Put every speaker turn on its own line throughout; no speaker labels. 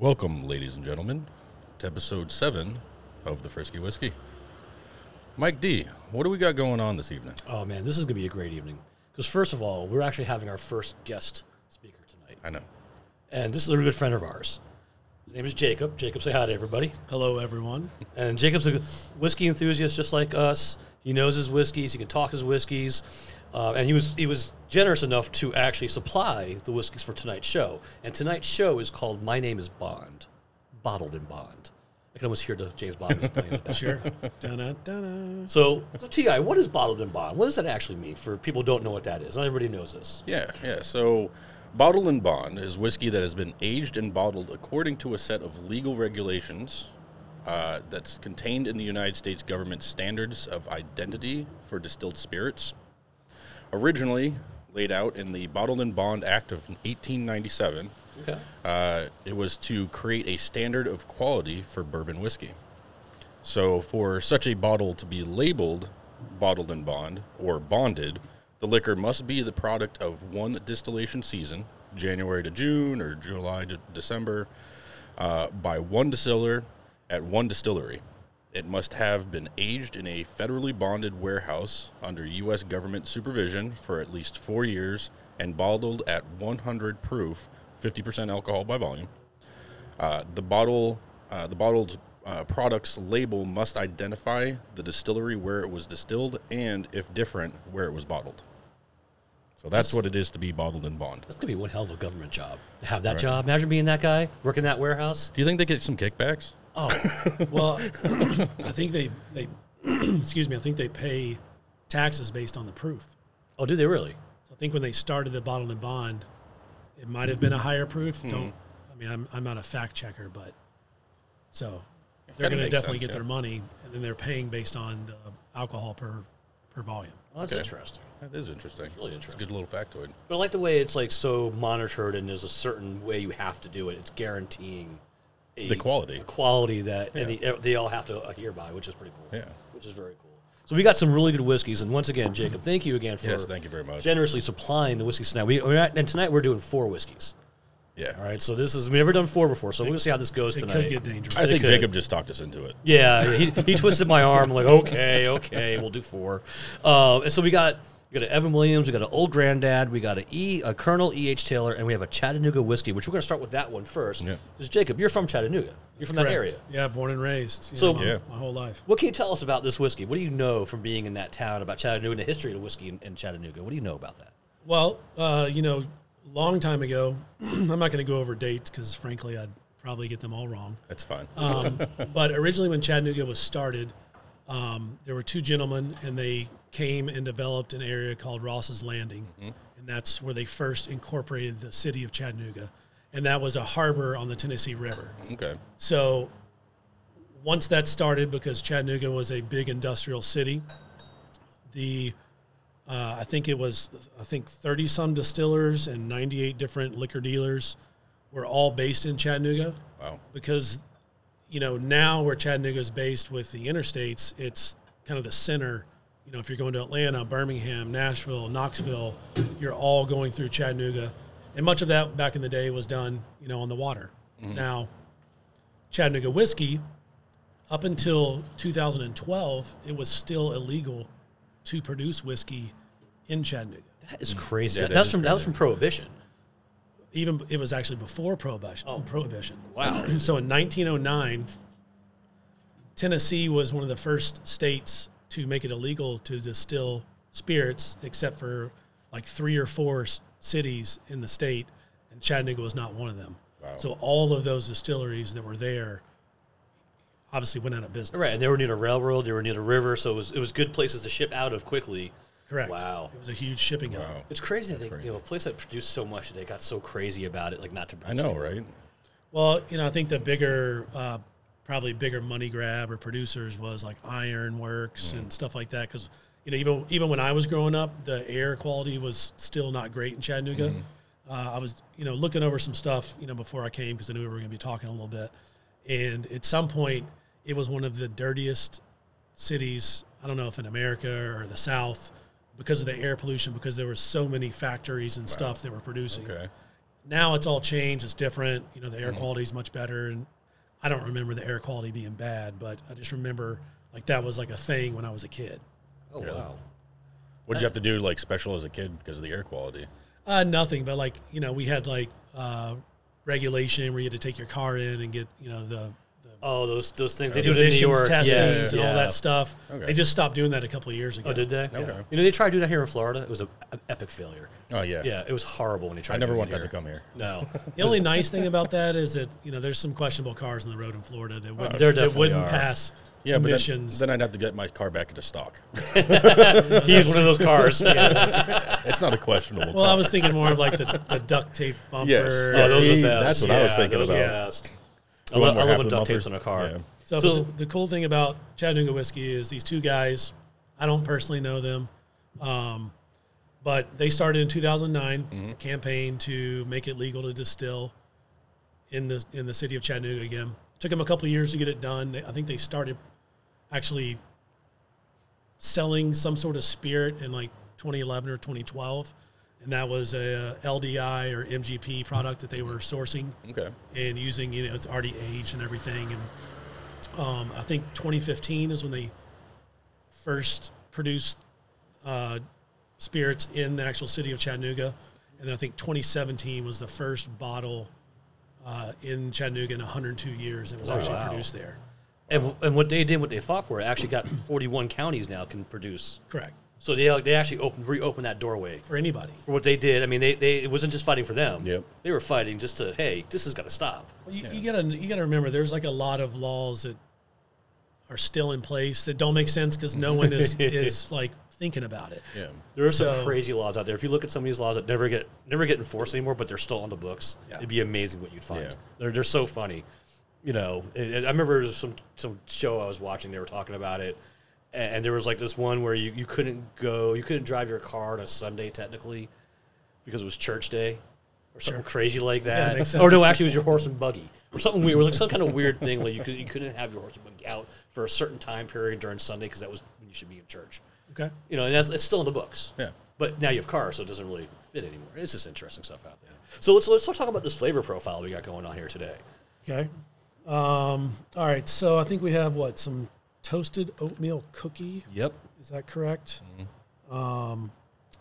Welcome, ladies and gentlemen, to episode seven of the Frisky Whiskey. Mike D, what do we got going on this evening?
Oh man, this is gonna be a great evening. Because first of all, we're actually having our first guest speaker tonight,
I know.
and this is a good friend of ours. His name is Jacob. Jacob, say hi to everybody.
Hello, everyone.
And Jacob's a whiskey enthusiast just like us. He knows his whiskeys. He can talk his whiskeys, uh, and he was he was generous enough to actually supply the whiskeys for tonight's show. And tonight's show is called "My Name Is Bond," bottled in Bond. I can almost hear the James Bond. was playing in the background.
Sure. Dun-dun, dun-dun.
So, so Ti, what is bottled in bond? What does that actually mean for people who don't know what that is? Not everybody knows this.
Yeah, yeah. So, Bottle and Bond is whiskey that has been aged and bottled according to a set of legal regulations uh, that's contained in the United States government standards of identity for distilled spirits. Originally laid out in the Bottle and Bond Act of 1897,
Okay.
uh, it was to create a standard of quality for bourbon whiskey. So, for such a bottle to be labeled bottled and bond or bonded, the liquor must be the product of one distillation season, January to June or July to December, uh, by one distiller at one distillery. It must have been aged in a federally bonded warehouse under U.S. government supervision for at least four years and bottled at 100 proof, 50% alcohol by volume. Uh, the bottle, uh, the bottled uh, products label must identify the distillery where it was distilled and, if different, where it was bottled. So that's what it is to be bottled and bond.
That's gonna be one hell of a government job. To have that job. Imagine being that guy working that warehouse.
Do you think they get some kickbacks?
Oh,
Well, I think they, they excuse me, I think they pay taxes based on the proof.
oh, do they really?
So I think when they started the bottled and bond, it might have been a higher proof.
Hmm.
Don't, I mean, I'm, I'm not a fact checker, but so they're
kinda
going to
makes
definitely
sense,
get
yeah.
their money and then they're paying based on the alcohol per, per volume.
Well, Oh, that's
Okay.
interesting.
That is interesting.
really
It's a
interesting.
good little factoid.
But I like the way it's like so monitored, and there's a certain way you have to do it. It's guaranteeing a,
The quality.
a quality that any, e, they all have to adhere by, which is pretty cool.
Yeah.
which is very cool. So we got some really good whiskeys, and once again, Jacob, thank you again for
Yes, thank you very much.
generously supplying the whiskeys tonight. We we're at, and tonight we're doing four whiskeys.
Yeah.
All right, so this is we've never done four before, so we'll see how this goes
It
tonight.
could get dangerous.
I think
could.
Jacob just talked us into it.
Yeah, yeah, he, he twisted my arm. I'm like, okay, okay, we'll do four. Uh, and so we got we got an Evan Williams, we got an old granddad, we got a E, a Colonel E. H. Taylor, and we have a Chattanooga whiskey, which we're going to start with that one first.
Yeah.
Because Jacob, you're from Chattanooga, you're from that
Correct.
area.
Yeah, born and raised.
So-
so my,
Yeah.
my whole life.
What can you tell us about this whiskey? What do you know from being in that town about Chattanooga and the history of the whiskey in, in Chattanooga? What do you know about that?
Well, uh, you know, long time ago, I'm not going to go over dates because, frankly, I'd probably get them all wrong.
That's fine.
Um, but originally, when Chattanooga was started, um, there were two gentlemen, and they came and developed an area called Ross's Landing, and that's where they first incorporated the city of Chattanooga, and that was a harbor on the Tennessee River.
okay.
So once that started, because Chattanooga was a big industrial city, the uh, I think it was I think thirty some distillers and ninety eight different liquor dealers were all based in Chattanooga
Wow.
because you know now where Chattanooga is based with the interstates, it's kind of the center. You know, if you're going to Atlanta, Birmingham, Nashville, Knoxville, you're all going through Chattanooga, and much of that back in the day was done, you know, on the water. Now, Chattanooga whiskey, up until 2012, it was still illegal to produce whiskey in Chattanooga.
That is crazy.
Mm. Yeah,
That-
that
that's
is
from that was
crazy.
from Prohibition.
even it was actually before prohibition. prohibition.
Oh. Wow.
so in 1909, Tennessee was one of the first states to make it illegal to distill spirits, except for like three or four s- cities in the state, and Chattanooga was not one of them. So all of those distilleries that were there obviously went out of business.
Right, and they were near a railroad, they were near a river, so it was it was good places to ship out of quickly.
Correct.
Wow.
It was a huge shipping hub.
Wow.
It's crazy that they, you know, a place that produced so much, they got so crazy about it, like not to.
I
Produce
know,
it.
right?
Well, you know, I think the bigger, uh, probably bigger money grab or producers was like Ironworks and stuff like that. Because you know, even even when I was growing up, the air quality was still not great in Chattanooga. Uh, I was, you know, looking over some stuff, you know, before I came because I knew we were going to be talking a little bit. And at some point, it was one of the dirtiest cities. I don't know if in America or the South because of the air pollution because there were so many factories and stuff that were producing
Okay.
Now it's all changed. It's different. You know, the
Mm-hmm.
air quality is much better. And I don't remember the air quality being bad, but I just remember like that was like a thing when I was a kid.
Oh wow.
What'd you have to do like special as a kid because of the air quality?
Uh, nothing, but like you know, we had like uh, regulation where you had to take your car in and get you know the, the
Oh, those those things they do it in New
emissions
York.
testings
yeah,
and all
yeah.
that stuff.
Okay.
They just stopped doing that a couple of years ago.
Oh, did they?
Okay.
You know, they tried doing that here in Florida. It was a, an epic failure.
Oh yeah,
Yeah, it was horrible when they tried.
I never
doing
want
it
that to
here.
come here.
No.
The only nice thing about that is that you know there's some questionable cars on the road in Florida that wouldn't,
Oh, There
that
definitely
wouldn't
are.
pass
Yeah, but then,
emissions.
then I'd have to get my car back into stock.
He's one of those cars.
it's not a questionable.
well, I
car.
was thinking more of like the, the duct tape bumper.
Yes.
Oh,
Yeah,
those
see,
are the best.
that's what I was thinking
those are
about.
the best. I,
The one
love, I
where
love
half
when
the
duct tapes
muffler's-
on a car.
yeah.
So,
So-
but the, the cool thing about Chattanooga whiskey is these two guys. I don't personally know them, um, but they started in 2009 a campaign to make it legal to distill in the in the city of Chattanooga again. Took them a couple of years to get it done. They, I think they started actually selling some sort of spirit in like 2011 or 2012, and that was a uh, LDI or MGP product that they were sourcing
Okay.
and using you know it's already aged and everything and um, i think 2015 is when they first produced uh, spirits in the actual city of chattanooga and then i think 2017 was the first bottle uh, in chattanooga in 102 years that was actually
wow.
produced there
And, and what they did, what they fought for, actually got 41 counties now can produce.
correct
So they, they actually opened, reopened that doorway.
for anybody
For what they did, I mean, they, they it wasn't just fighting for them.
Yep.
They were fighting just to, hey, this has got to stop.
Well, you, you gotta you gotta remember there's like a lot of laws that are still in place that don't make sense because no one is is like thinking about it
Yeah.
There are some
So-
crazy laws out there. If you look at some of these laws that never get never get enforced anymore, but they're still on the books,
Yeah.
it'd be amazing what you'd find.
Yeah.
They're, they're so funny. You know, and- and I remember there was some some show I was watching. They were talking about it, and, and there was like this one where you, you couldn't go, you couldn't drive your car on a Sunday technically, because it was church day, or something crazy like that.
makes
or no, actually, it was your horse and buggy, or something weird. It was like some kind of weird thing like you could you couldn't have your horse and buggy out for a certain time period during Sunday because that was when you should be in church
okay
you know, and that's it's still in the books.
Yeah.
But now you have cars, so it doesn't really fit anymore. It's just interesting stuff out there. So let's let's talk about this flavor profile we got going on here today.
Okay. Um, all right. So I think we have what some toasted oatmeal cookie.
Yep.
Is that correct? Um,
Mm-hmm.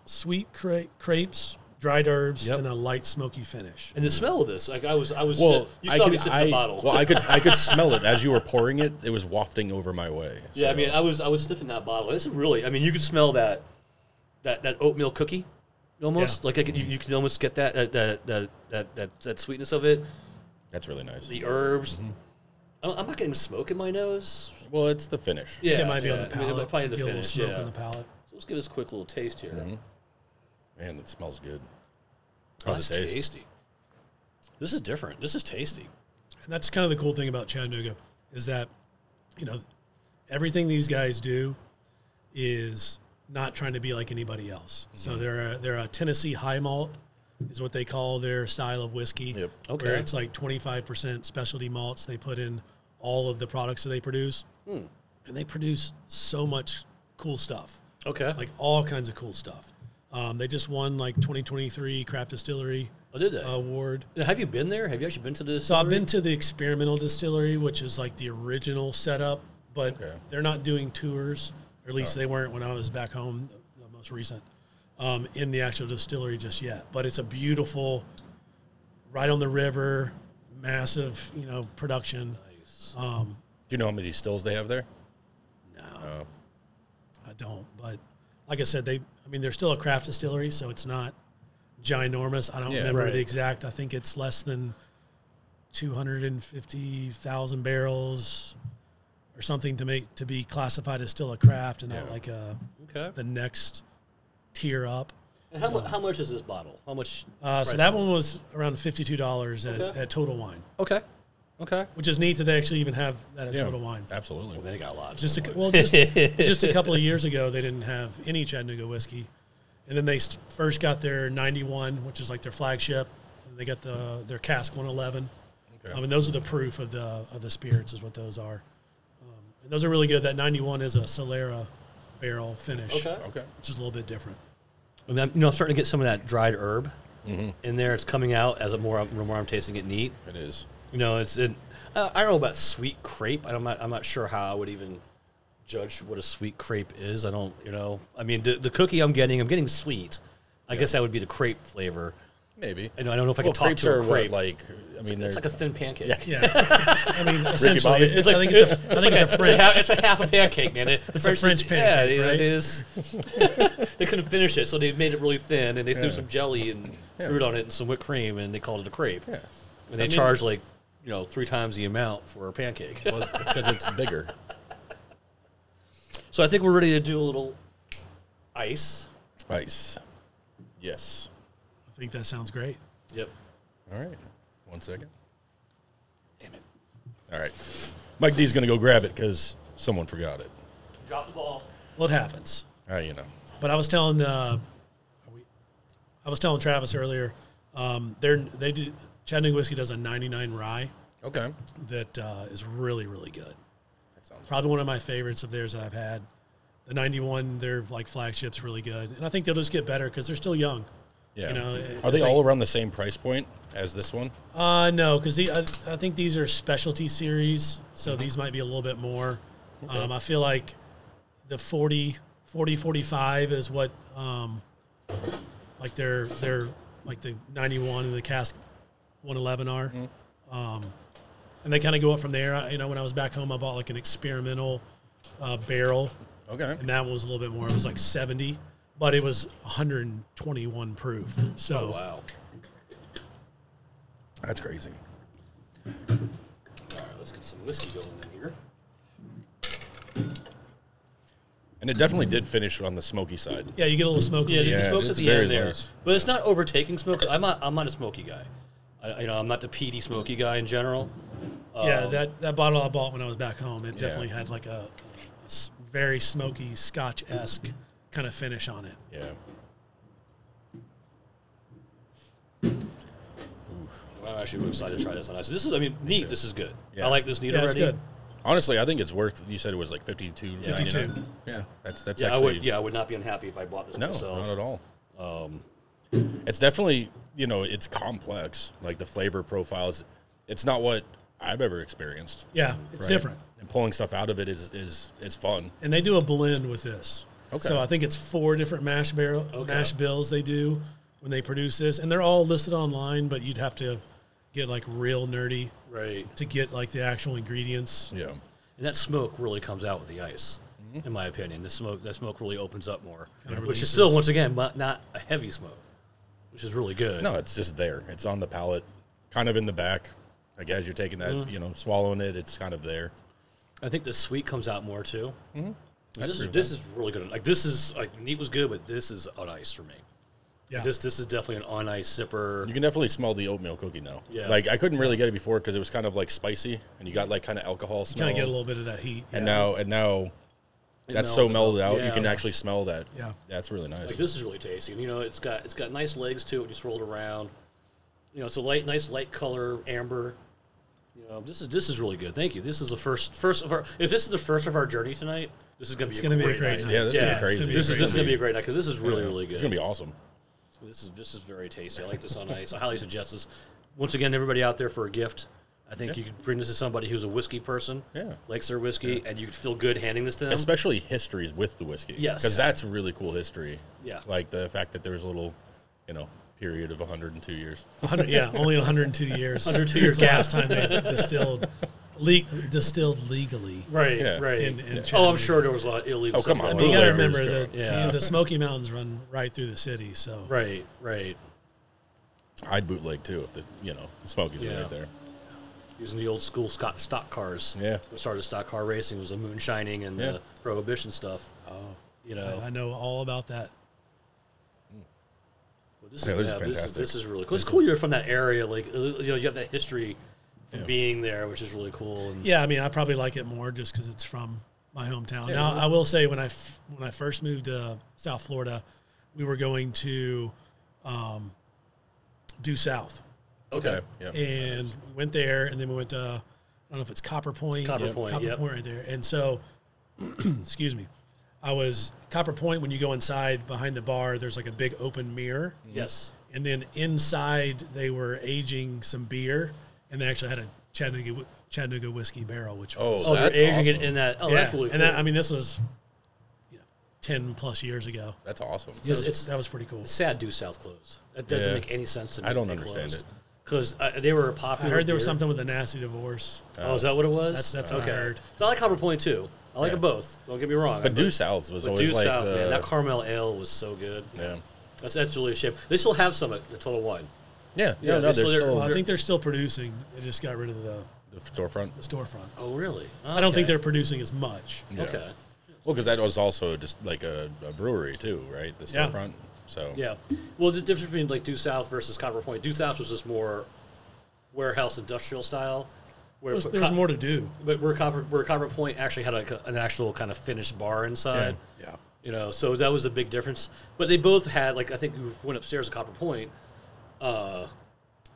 sweet cra- crepes, dried herbs,
Yep.
and a light smoky finish.
And the smell of this, like I was, I was.
Well,
you
I
saw
could,
me sipping
I,
the bottle.
well, I could, I could smell it as you were pouring it. It was wafting over my way.
yeah, I
so-
mean, I was, I was sniffing that bottle. This is really, I mean, you could smell that, that that oatmeal cookie, almost.
Yeah.
Like I could, you, you can almost get that that that that that, that, that sweetness of it.
that's really nice.
The herbs.
Mm-hmm.
I don't- I'm not getting smoke in my nose.
Well, it's the finish.
Yeah,
it might be on
yeah.
the
I mean,
palate.
probably in the
get a little
finish.
smoke
yeah.
on the palate.
So let's give this a quick little taste here.
Mm-hmm. Man, it smells good.
Oh,
How's it
that's
taste?
tasty. This is different. This is tasty.
And that's kind of the cool thing about Chattanooga is that, you know, everything these guys do is not trying to be like anybody else. So
Mm-hmm.
they're a, they're a Tennessee high malt is what they call their style of whiskey.
Yep.
Okay.
Where it's like 25% specialty malts they put in all of the products that they produce.
Hmm.
And they produce so much cool stuff
Okay.
like all kinds of cool stuff. Um, they just won like 2023 Craft Distillery
oh, did they?
Award.
Have you been there? Have you actually been to this?
Uh, So I've been to the experimental distillery, which is like the original setup, but
Okay.
they're not doing tours, or at least they weren't when I was back home, the, the most recent, um, in the actual distillery just yet. But it's a beautiful, right on the river, massive, you know, production.
Do you know how many stills they have there?
No, I don't. But like I said, they, I mean, they're still a craft distillery, so it's not ginormous. I don't
Yeah.
remember
Right.
the exact. I think it's less than two hundred and fifty thousand barrels or something to make to be classified as still a craft and not
Yeah.
like a
Okay.
the next tier up.
And how, mu- how much is this bottle? How much?
Uh, so
price
that
point?
one was around fifty two dollars at,
Okay.
at Total Wine,
Okay. Okay.
which is neat that they actually even have that at Total Wine.
Absolutely.
They got a lot.
just a, well, just, just a couple of years ago, they didn't have any Chattanooga whiskey, and then they st- first got their '91, which is like their flagship. And they got the their cask 111.
Okay.
Um, and those are the proof of the of the spirits, is what those are. Um, and those are really good. That '91 is a Solera barrel finish,
Okay.
Okay.
which is a little bit different.
I mean, I'm, you know, I'm starting to get some of that dried herb. in there. It's coming out as a more the more I'm tasting it neat.
It is.
You know, it's it, uh, I don't know about sweet crepe. I'm not I'm not sure how I would even judge what a sweet crepe is. I don't you know. I mean, the, the cookie I'm getting, I'm getting sweet. I guess that would be the crepe flavor.
Maybe.
I know. I don't know if I
Well,
can talk
crepes
to
are
a crepe.
what, like, I mean, they're
it's like a thin pancake.
Yeah, I mean, essentially,
Bobby?
it's, I think it's a, I think it's a French.
half, it's a half a pancake, man. It-
It's a French
Yeah,
pancake,
you know,
right?
it is. they couldn't finish it, so they made it really thin, and they threw some jelly and fruit on it and some whipped cream, and they called it a crepe.
Yeah.
And they
mean-
charge like, you know, three times the amount for a pancake.
well, it's because it's bigger.
so I think we're ready to do a little ice.
Ice. Yes.
I think that sounds great.
Yep.
All right. One second.
Damn it.
All right. Mike D's going to go grab it because someone forgot it.
Drop the ball.
Well, it happens.
Ah, you know.
But I was telling, uh, are we- I was telling Travis earlier, um, they're, they do Chattanooga whiskey does a 99 rye
Okay.
that uh, is really really good.
That sounds
Probably one of my favorites of theirs I've had. The 91, their like flagship's really good, and I think they'll just get better because they're still young.
Yeah.
You know,
Are
it's
they
like-
all around the same price point as this one?
Uh, no, because I, I think these are specialty series, so
Mm-hmm.
these might be a little bit more. Um, I feel like the 40, 40, 45 is what, um, like their their like the ninety one and the cask one eleven are, um,
Mm-hmm.
and they kind of go up from there. I, you know, when I was back home, I bought like an experimental uh, barrel,
Okay.
and that one was a little bit more. It was like seventy, but it was one hundred and twenty one proof. So
Oh, wow.
That's crazy.
All right, let's get some whiskey going in here.
And it
Mm-hmm.
definitely did finish on the smoky side.
yeah, you get a little smoke.
Yeah,
in the
the
Yeah,
smoke's
it
at
is
the
very
end there,
loose.
but it's not overtaking smoke. I'm not. I'm not a smoky guy. I, you know, I'm not the peaty smoky guy in general.
Yeah,
Um,
that, that bottle I bought when I was back home, it definitely had like a, a s- very smoky Scotch esque kind of finish on it.
Yeah.
I'm actually excited to try this on ice. This is, I mean, neat. This is good.
Yeah.
I like this neat
Yeah, it's
already.
good.
Honestly, I think it's worth. You said it was like fifty-two.
Yeah.
99.
52.
Yeah. That's that's
Yeah, I
actually.
would. Yeah, I would not be unhappy if I bought this
No,
myself.
not at all. Um, it's definitely you know it's complex. Like the flavor profiles, it's not what I've ever experienced.
Yeah, it's
right?
different.
And pulling stuff out of it is is is fun.
And they do a blend with this.
Okay.
So I think it's four different mash barrel
Okay.
mash bills they do when they produce this. And they're all listed online, but you'd have to get like real nerdy
Right.
to get like the actual ingredients.
Yeah.
And that smoke really comes out with the ice,
Mm-hmm.
in my opinion. The smoke, that smoke really opens up more,
Kinda
which is
releases.
still, once again, not, not a heavy smoke, which is really good.
No, it's just there. It's on the palate, kind of in the back. Like as you're taking that, you know, swallowing it, it's kind of there.
I think the sweet comes out more too. Mm-hmm. This is
agree
this is really good. Like this is like neat was good, but this is on ice for me.
Yeah.
This this is definitely an on ice sipper.
You can definitely smell the oatmeal cookie now.
Yeah.
Like I couldn't really get it before because it was kind of like spicy, and you got like kind of alcohol smell.
kind of get a little bit of that heat.
And
yeah.
now and now, that's so
melted
melded
out.
out.
Yeah.
You can actually smell that.
Yeah.
That's really nice.
Like this is really tasty, and you know it's got it's got nice legs to it. when You just roll it around. You know it's a light, nice light color, amber. You know this is this is really good. Thank you. This is the first first of our. If this is the first of our journey tonight, this is gonna
it's
be
going to be
great
a crazy.
night.
Yeah, this is gonna be
it's gonna
crazy.
This is this is gonna
night.
be a great night because this is really
Yeah.
really good. Um,
It's gonna be awesome.
This is this is very tasty. I like this on ice. I highly suggest this. Once again, everybody out there for a gift. I think you could bring this to somebody who's a whiskey person,
Yeah.
likes their whiskey, and you could feel good handing this to them.
Especially histories with the whiskey.
Yes.
Because that's really cool history.
Yeah.
Like the fact that there was a little, you know, period of 102 years.
100, yeah, only 102 years.
102 years.
since last time they distilled, le- distilled legally.
right,
Yeah.
right.
In, in
oh,
Chattanooga.
I'm sure there was a lot of illegal.
Oh, come
stuff
on,
going
But you got to
Blueberries
remember
go.
that you
Yeah.
know, the Smoky Mountains run right through the city, so
Right, right.
I'd bootleg too if the, you know, the Smokies
Yeah.
were right there.
Using the old school Scott stock cars.
Yeah.
What started stock car racing was the moonshining and
Yeah.
the prohibition stuff. Oh, you know.
I know all about that.
But this,
Yeah,
is,
this is
yeah, this is
fantastic.
this is really cool. It's cool you're from that area. Like uh, you know, you have that history from
Yeah.
being there, which is really cool. And
Yeah, I mean, I probably like it more just because it's from my hometown. now, I will say when I f- when I first moved to South Florida, we were going to um, due south,
okay.
Yeah.
and we went there, and then we went to I don't know if it's Copper Point,
Copper Point,
Copper
yep.
Point right there. And so, excuse me, I was Copper Point. When you go inside behind the bar, there's like a big open mirror.
Yes.
and then inside they were aging some beer, and they actually had a Chattanooga whi- Chattanooga whiskey barrel, which was
Oh, they're
That's
aging it
awesome.
in that. Oh,
yeah.
that's really
and
cool.
that, I mean this was you know, ten plus years ago.
That's awesome.
That was,
it's-
that was pretty cool.
It's sad do South closed. That doesn't
Yeah.
make any sense to me.
I don't understand it.
Because uh, they were a
I
popular.
heard there was
beer.
something with a nasty divorce.
Oh, is that what it was?
That's- that's what I heard.
I like Harbor Point too. I like
Yeah.
them both. Don't get me wrong.
But Due South was
But
always
Due
like
South,
the
man, that Carmel Ale was so good.
yeah.
That's that's really a shame. They still have some at at Total Wine.
Yeah, yeah,
Yeah,
no,
they
they're
still- they're-
still
Well, I think they're still producing. They just got rid of the,
the storefront.
the storefront.
Oh, really?
I don't think they're producing as much.
Yeah.
Okay.
Well, because that was also just like a, a brewery too, right? The
Yeah.
storefront. So
Yeah. Well, the difference between like Due South versus Copper Point, Due South was just more warehouse industrial style. Where
There was,
but
there was
Co-
more to do.
But where Copper where Copper Point actually had like a, an actual kind of finished bar inside.
Yeah.
You know, so that was a big difference. But they both had like I think we went upstairs at Copper Point. Uh,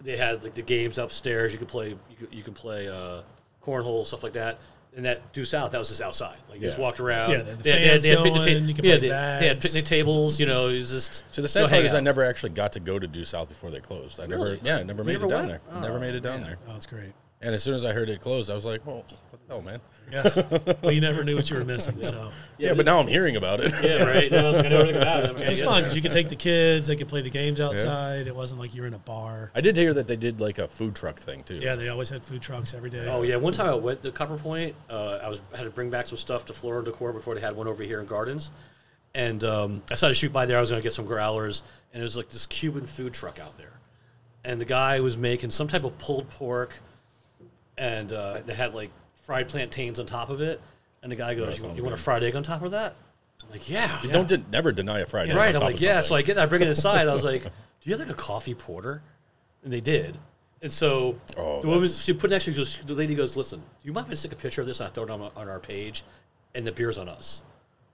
they had like the games upstairs. You could play you could, you could play uh, cornhole stuff like that. And that due south, that was just outside. Like you just
Yeah.
walked around.
Yeah, they had the fans
picnic
going,
ta-
you could
yeah,
play
they, they had
bags.
picnic tables. You know, it was just
So the
go
sad
hang
part is I
out.
never actually got to go to Due South before they closed. I never,
Really?
yeah, I never
You
made
never
it down
went?
there. never made it down there.
Oh, that's great.
And as soon as I heard it closed, I was like, well, what the hell, man?
Yes. well, you never knew what you were missing. So
Yeah, but now I'm hearing about it.
Yeah, right. No, I was gonna never think about it. I'm gonna
it was
get
fun
there.
because you could take the kids. They could play the games outside. It wasn't like you were in a bar.
I did hear that they did like a food truck thing too.
Yeah, they always had food trucks every day.
Oh yeah, one time I went to Copper Point. Uh, I was had to bring back some stuff to Florida Decor before they had one over here in Gardens, and um, I decided to shoot by there. I was going to get some growlers, and it was like this Cuban food truck out there, and the guy was making some type of pulled pork, and uh, they had like fried plantains on top of it, and the guy goes,
sounds
"You, you want a
good.
fried egg on top of that?" I'm like, "Yeah."
Don't de- never deny a Friday.
Right. I'm like, yeah. So I get that. I bring it inside. I was like, do you have like a coffee porter? And they did. And so
Oh,
the woman,
that's-
she put an extra, goes- the lady goes, listen, do you mind if I stick a picture of this and I throw it on, on our page and the beer's on us?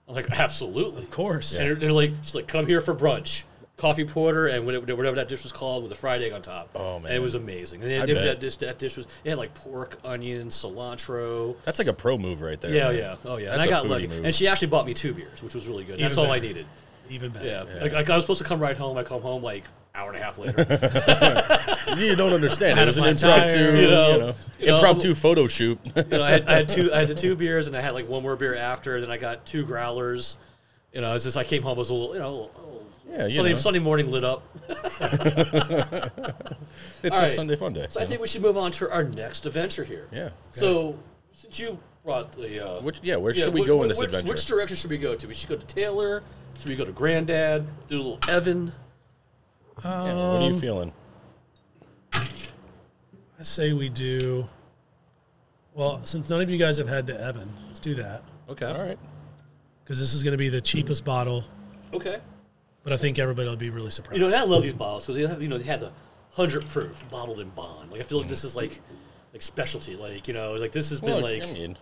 I'm like, absolutely.
of course.
And they're, they're like, she's like, come here for brunch. Coffee porter and whatever whatever that dish was called with a fried egg on top.
Oh,
and it
man.
was amazing. And they,
I
they-
bet.
that dish that dish was it had like pork, onion, cilantro.
that's like a pro move right there.
Yeah,
man.
yeah, oh yeah.
That's
and I
a
got
foodie
lucky,
move.
and she actually bought me two beers, which was really good. That's all I
better.
needed.
Even better.
Yeah, Like, like I was supposed to come right home. I come home like hour and a half later.
you don't understand. It
Out of
was an
my
impromptu,
tire,
you
you know,
know,
you know,
impromptu photo shoot.
you know, I had, I had two, I had the two beers, and I had like one more beer after. Then I got two growlers. You know, it's just I came home I was a little, you know, a little- a little-
Yeah, you
Sunday,
know.
Sunday morning lit up.
it's a
All right.
Sunday fun day.
So I
you know?
think we should move on to our next adventure here.
yeah.
So since you brought the, uh,
Which yeah, where
yeah,
should we
which-
go in
which-
this
which,
adventure?
Which direction should we go to? We should go to Taylor. Should we go to Granddad? Do a little Evan.
Yeah, what
Um,
are you feeling?
I say we do. Well, since none of you guys have had the Evan, let's do that
Okay.
All right.
because this is going to be the cheapest bottle,
Okay.
but I think everybody will be really surprised.
You know, and I love these bottles because they have, you know, they had the hundred proof bottled in bond. Like I feel like this is like, like specialty. Like you know, like this has been
Mm. Well,
like,
I mean,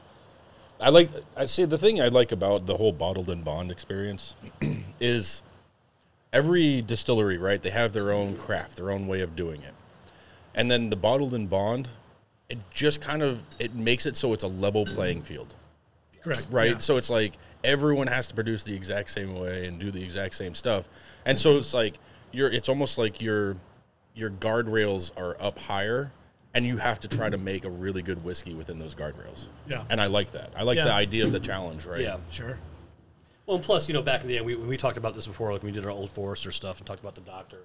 I like. I see the thing I like about the whole bottled and bond experience is every distillery, right? They have their own craft, their own way of doing it, and then the bottled and bond, it just kind of it makes it so it's a level playing field,
Correct.
right?
Yeah.
So it's like everyone has to produce the exact same way and do the exact same stuff, and so it's like you're. It's almost like your your guardrails are up higher. And you have to try to make a really good whiskey within those guardrails.
Yeah.
And I like that. I like
Yeah.
the idea of the challenge, right?
yeah.
Sure.
Well, and plus, you know, back in the day, we, we talked about this before, like when we did our old Forester stuff and talked about the doctor.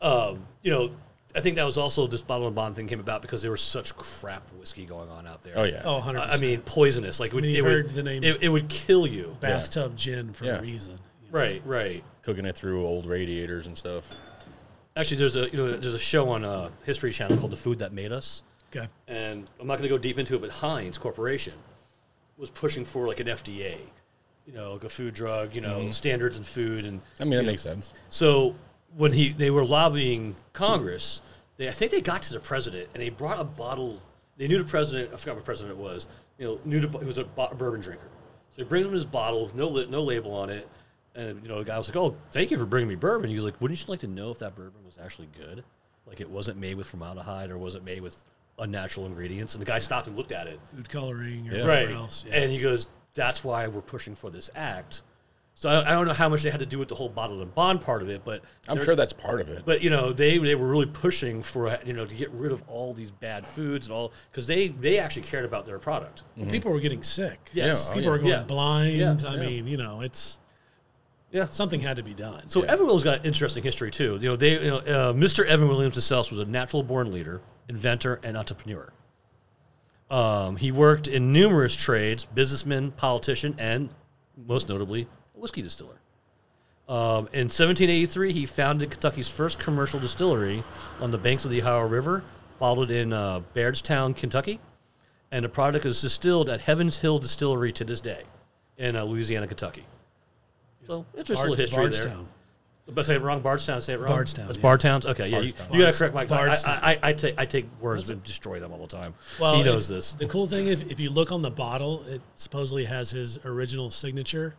Um, um, you know, I think that was also this bottle and bond thing came about because there was such crap whiskey going on out there.
Oh yeah.
Oh, 100%.
I I mean, poisonous. Like, it would,
mean,
it,
you
would,
heard the name.
It, it would kill you.
bathtub gin for
Yeah.
a reason.
Right, right.
Cooking it through old radiators and stuff.
Actually, there's a you know there's a show on uh, History Channel called The Food That Made Us.
Okay.
and I'm not going to go deep into it, but Heinz Corporation was pushing for like an FDA, you know, like a food drug, you know, standards in food, and
I mean, that makes sense.
so when he they were lobbying Congress, they I think they got to the president and they brought a bottle. They knew the president. I forgot what president it was. You know, knew the, he was a bo- bourbon drinker, so he brings him his bottle, with no li- no label on it, and you know the guy was like, "Oh, thank you for bringing me bourbon." He was like, "Wouldn't you like to know if that bourbon was actually good? Like it wasn't made with formaldehyde or wasn't made with unnatural ingredients?" And the guy stopped and looked at it,
Food coloring or
Yeah.
whatever else. Yeah.
and he goes, "That's why we're pushing for this act, So I, I don't know how much they had to do with the whole bottled and bond part of it, but
I'm
they're-
sure that's part of it.
But you know, they they were really pushing for you know to get rid of all these bad foods and all because they they actually cared about their product.
People were getting sick.
Yes.
oh,
People were
Mm-hmm. yeah.
going
Yeah.
blind.
Yeah.
I mean, you know, it's
Yeah.
something had to be done.
So Evan has got an interesting history too. You know, they you know, uh, Mr. Evan Williams himself was a natural born leader, inventor, and entrepreneur. Um, he worked in numerous trades, businessman, politician, and most notably, a whiskey distiller. Um, in 1783, he founded Kentucky's first commercial distillery on the banks of the Ohio River, bottled in uh, Bairdstown, Kentucky, and the product is distilled at Heaven's Hill Distillery to this day in uh, Louisiana, Kentucky. So, interesting
Bard-
little history there.
Bardstown.
But say it wrong, Bardstown. Say it wrong.
Bardstown,
It's
yeah.
Bardtowns. Okay, yeah. You, you gotta correct my.
Bardstown.
I, I, I take I take words and destroy them all the time.
Well,
he knows
if-
this.
The cool thing, if, if you look on the bottle, it supposedly has his original signature,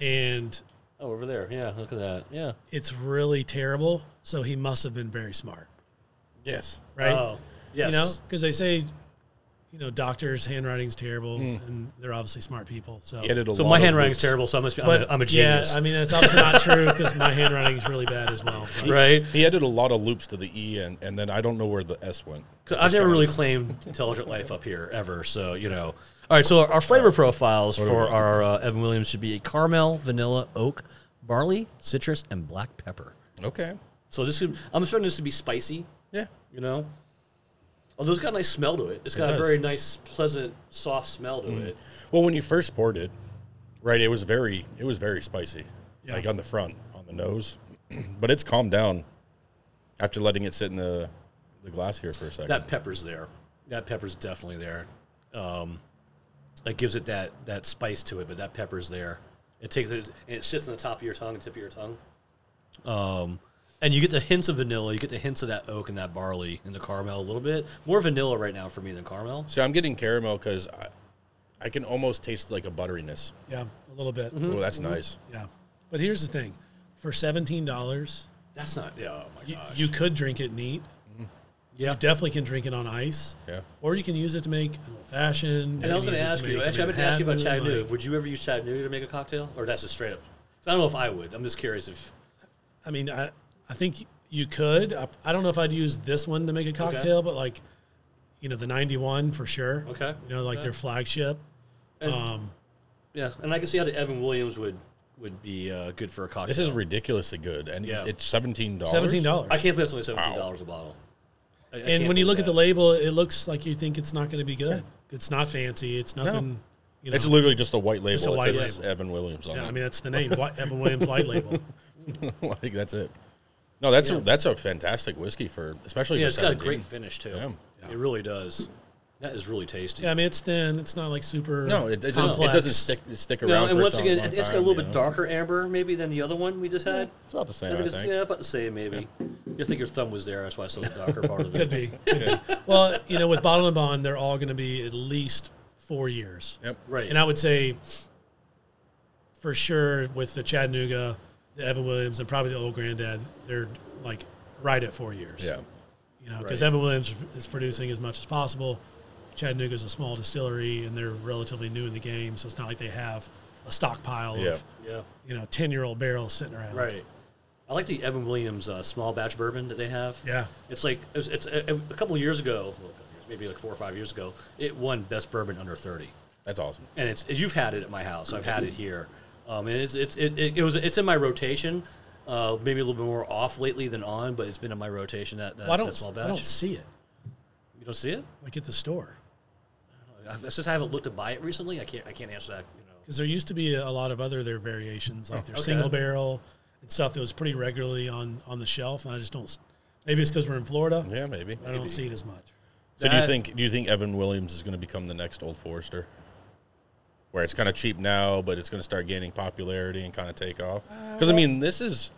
and
Oh, over there. Yeah, look at that. Yeah.
it's really terrible. So he must have been very smart,
yes.
right?
Oh, yes.
You know, because they say, you know, doctors' handwriting's terrible, and they're obviously smart people. So,
Hmm. He added a
so
lot
my
of
handwriting's
hoops.
terrible. So I must be,
but
I'm, a, I'm a
yeah,
genius.
I mean, that's obviously not true because my handwriting's really bad as well. but-
right.
He added a lot of loops to the E, and, and then I don't know where the S went.
'Cause I've never really claimed intelligent life up here ever. So you know. All right. So our, our flavor profiles for our uh, Evan Williams should be caramel, vanilla, oak, barley, citrus, and black pepper.
Okay.
So this could, I'm expecting this to be spicy.
Yeah.
you know. Although it's got a nice smell to it. It's got a
does.
very nice, pleasant, soft smell to it.
Well, when you first poured it, right, it was very it was very spicy, like on the front, on the nose, but it's calmed down after letting it sit in the the glass here for a second.
That pepper's there. That pepper's definitely there. Um, it gives it that that spice to it, but that pepper's there. It takes it and it sits on the top of your tongue, tip of your tongue. Um, and you get the hints of vanilla. You get the hints of that oak and that barley and the caramel a little bit. More vanilla right now for me than caramel.
so I'm getting caramel because I, I can almost taste like a butteriness.
Yeah, a little bit.
Mm-hmm.
Oh, that's nice.
Yeah, but here's the thing: for seventeen dollars,
That's not. Yeah. Oh my
you,
gosh. Mm-hmm.
you could drink it neat.
yeah.
Definitely can drink it on ice.
Yeah.
Or you can use it to make an old fashioned.
And I was going to ask you. Actually, I haven't asked you about Chattanooga. Would you ever use Chattanooga to make a cocktail, or that's just straight up? 'Cause I don't know if I would. I'm just curious if
I mean, I, I think you could. I, I don't know if I'd use this one to make a cocktail, but like, you know, the 91 for sure.
Okay.
You know, like
Okay.
their flagship. um,
yeah. And I can see how the Evan Williams would would be uh, good for a cocktail.
This is ridiculously good, and
Yeah.
it's seventeen dollars.
$17.
I can't believe it's only seventeen dollars a bottle. I- I
and
can't
when you
believe
look at the
that.
label, it looks like you think it's not going to be good. It's not fancy. It's nothing. You know,
It's literally just a white label.
a white
it says
label.
Evan Williams on
yeah,
it.
I mean, that's the name, White, Evan Williams White Label.
like that's it. No, that's a, that's a fantastic whiskey for especially.
yeah,
for
it's got a
17.
great finish too.
Yeah.
It really does. That is really tasty.
Yeah, I mean, it's thin. It's not like super.
No, it, it, doesn't, it
complex.
doesn't stick stick around.
No,
for
and once
its own
again,
long
it's got a
time,
little
you
bit
know?
darker amber maybe than the other one we just had.
It's about the
I
same,
think
I
it's-
think.
yeah, about the same maybe. You think your thumb was there? That's why I saw the darker part of it.
Could be. Could be. Well, you know, with Bottle and Bond, they're all going to be at least four years.
Yep.
Right.
And I would say for sure with the Chattanooga, the Evan Williams, and probably the old granddad, they're like right at four years.
Yeah.
You know, because
Right.
Evan Williams is producing as much as possible. Chattanooga is a small distillery and they're relatively new in the game. So it's not like they have a stockpile
Yeah.
of,
yeah.
you know, 10 year old barrels sitting around.
Right. I like the Evan Williams uh, small batch bourbon that they have.
Yeah.
It's like it's, it's a, a couple years ago, well, a couple years, maybe like four or five years ago, it won best bourbon under thirty,
That's awesome.
and it's you've had it at my house. I've had it here, um, and it's, it's it, it, it was it's in my rotation. Uh, maybe a little bit more off lately than on, but it's been in my rotation. That, that,
Well, I
that
don't,
small
I
batch.
don't see it
you don't see it
like at the store.
I've, since I haven't looked to buy it recently. I can't I can't answer that. You know.
Because there used to be a lot of other their variations, like their
Okay.
single barrel and stuff that was pretty regularly on on the shelf, and I just don't. s- Maybe it's because we're in Florida.
Yeah, maybe.
I don't see it as much.
So do you
That-
think do you think Evan Williams is going to become the next Old Forester? Where it's kind of cheap now, but it's going to start gaining popularity and kind of take off. Because I mean, this is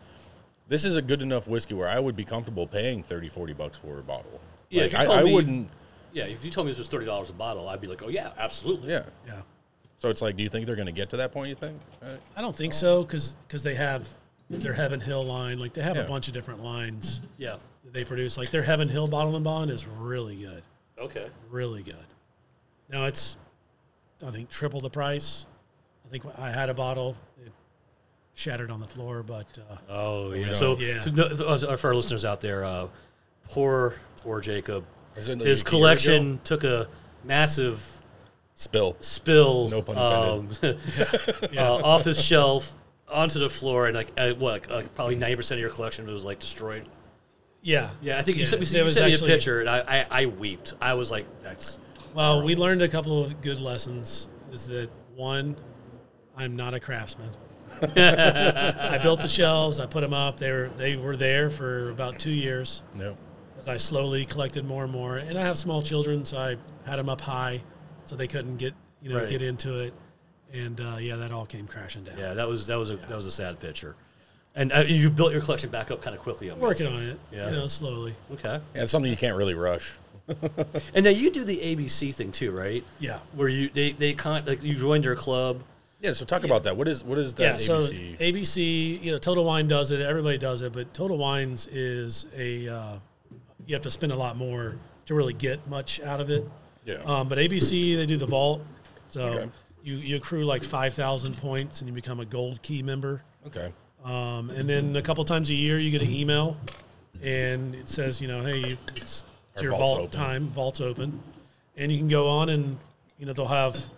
this is a good enough whiskey where I would be comfortable paying 30, 40 bucks for a bottle.
Yeah,
like,
if you
I,
told
I
me-
wouldn't.
Yeah, if you told me this was thirty dollars a bottle, I'd be like, oh yeah, absolutely.
Yeah.
Yeah,
So it's like, do you think they're going to get to that point? You think? Uh,
I don't think so because they have their Heaven Hill line. Like they have
Yeah.
a bunch of different lines
Yeah.
that they produce. Like their Heaven Hill bottle and bond is really good,
Okay.
really good. Now it's, I think triple the price. I think I had a bottle. It shattered on the floor. But uh,
Oh yeah. So,
Yeah.
so no- so, uh, for our listeners out there, uh, poor or Jacob,
Is it like a
his
year
collection took a massive
Spill.
spill.
No pun
intended. Um, uh, off his shelf onto the floor, and like uh, what, like, probably ninety percent of your collection was like destroyed.
yeah,
Yeah, I think you, sent, you
there
sent
was
me
actually-
a picture, and I, I, I weeped. I was like, that's
Well, we learned a couple of good lessons. Is that one? I'm not a craftsman. I built the shelves. I put them up. They were they were there for about two years
No.
as I slowly collected more and more. And I have small children, so I had them up high, so they couldn't get you know
Right.
get into it. And uh, yeah, that all came crashing down.
yeah, that was that was a that was a sad picture, and uh, you built your collection back up kind of quickly. I'm
Working on it,
Yeah.
you know, slowly.
Okay,
Yeah, it's something you can't really rush.
and now you do the ABC thing too, right?
Yeah.
Where you they they con- like you joined their club.
Yeah, so talk about that. What is what is that
yeah, so
ABC?
ABC, you know, Total Wine does it. Everybody does it, but Total Wines is a uh, you have to spend a lot more to really get much out of it.
Yeah.
Um, but ABC, they do the vault, so
Okay.
you you accrue like five thousand points and you become a gold key member.
okay.
Um, and then a couple times a year, you get an email, and it says, you know, hey, you, it's, it's
Our
your
vault's
vault
open.
time, vault's open, and you can go on, and you know they'll have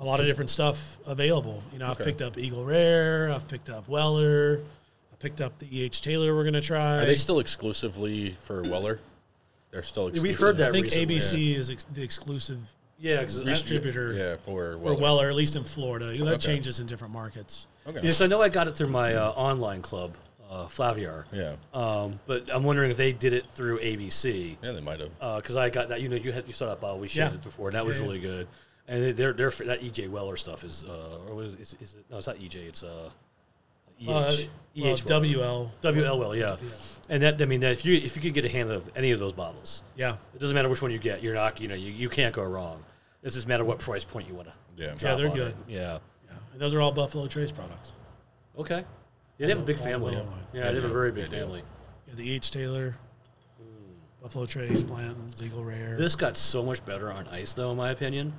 a lot of different stuff available. You know, I've
Okay.
picked up Eagle Rare, I've picked up Weller, I picked up the E. H. Taylor. We're gonna try.
Are they still exclusively for Weller? They're still
Yeah, we
exclusive.
heard
I
that
think
recently,
ABC is ex- the exclusive
Yeah, because
distributor
Yeah, for
for
Weller.
Weller, at least in Florida. You know, that
Okay. E
changes in different markets.
Okay.
Yes, I know I got it through my uh, online club, uh, Flaviar.
Yeah.
Um, but I'm wondering if they did it through ABC
Yeah, they might have.
because uh, I got that. You know, you had you saw that bottle we shared
Yeah.
it before, and that was
Yeah.
really good. And they- they're, they're that EJ Weller stuff is uh, or was is, is it? No, it's not EJ. It's uh, EH,
Uh,
E
well,
EH Weller.
WL,
WL Weller, yeah. And that I mean, if you if you could get a hand of any of those bottles,
yeah.
it doesn't matter which one you get. You're not you know you, you can't go wrong. It doesn't matter what price point you want to.
Yeah.
Yeah, they're good.
Yeah.
And those are all Buffalo Trace products.
Okay. Yeah, they have a big
all
family.
well.
Yeah, they have a very big
They do.
family.
Yeah, the H. Taylor, Buffalo Trace, Blanton's, Eagle Rare.
This got so much better on ice, though, in my opinion.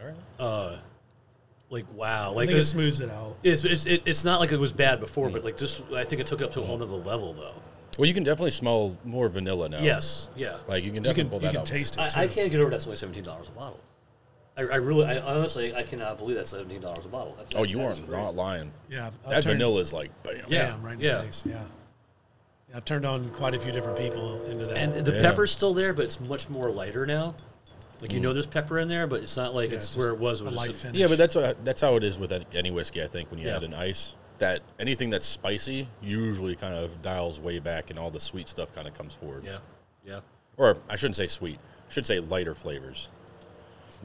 All right.
Like, wow.
I
Like,
think it
it's,
smooths it out.
it's, it's, it- it's not like it was bad before, but like, just I think it took it up to a whole nother level, though.
Well, you can definitely smell more vanilla now.
Yes. Yeah.
Like you can
You
definitely
can,
pull
you
that
can
out.
taste it too.
I, I can't get over that's only seventeen dollars a bottle. I, I really, I honestly, I cannot believe that's seventeen dollars a bottle. That's-
oh, you are
that's crazy.
not lying.
yeah, I've, I've
That
turned,
vanilla is like bam.
Yeah.
bam, right in
yeah.
the face. Yeah. Yeah, I've turned on quite a few different people into that.
And the
Yeah.
pepper's still there, but it's much more lighter now. Like
Mm.
you know, there's pepper in there, but it's not like
Yeah,
it's,
just
where it was.
A
was
light
just-
finish.
Yeah, but that's what, that's how it is with any whiskey. I think when you
Yeah.
add an ice, that anything that's spicy usually kind of dials way back, and all the sweet stuff kind of comes forward.
yeah, yeah.
Or I shouldn't say sweet. I should say lighter flavors.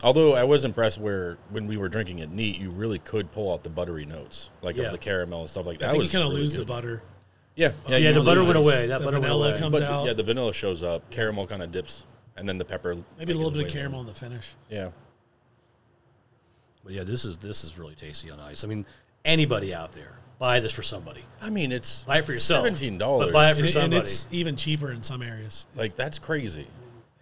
Although I was impressed where when we were drinking it neat, you really could pull out the buttery notes, like
Yeah.
of the caramel and stuff like that.
I think
was
you kind of
really
lose the
good.
butter.
Yeah, yeah,
Yeah,
you
the
really
butter
do.
went away. That
The
butter went
vanilla
away.
comes-
But
out.
yeah, the vanilla shows up. Caramel kind of dips, and then the pepper.
Maybe a
like,
little
is
bit of
way
caramel in the finish.
more. Yeah,
But yeah, this is this is really tasty on ice. I mean, anybody out there, buy this for somebody.
I mean it's
Buy it for yourself.
Seventeen dollars.
But buy it for
And, it- and
somebody.
it's even cheaper in some areas.
like that's crazy.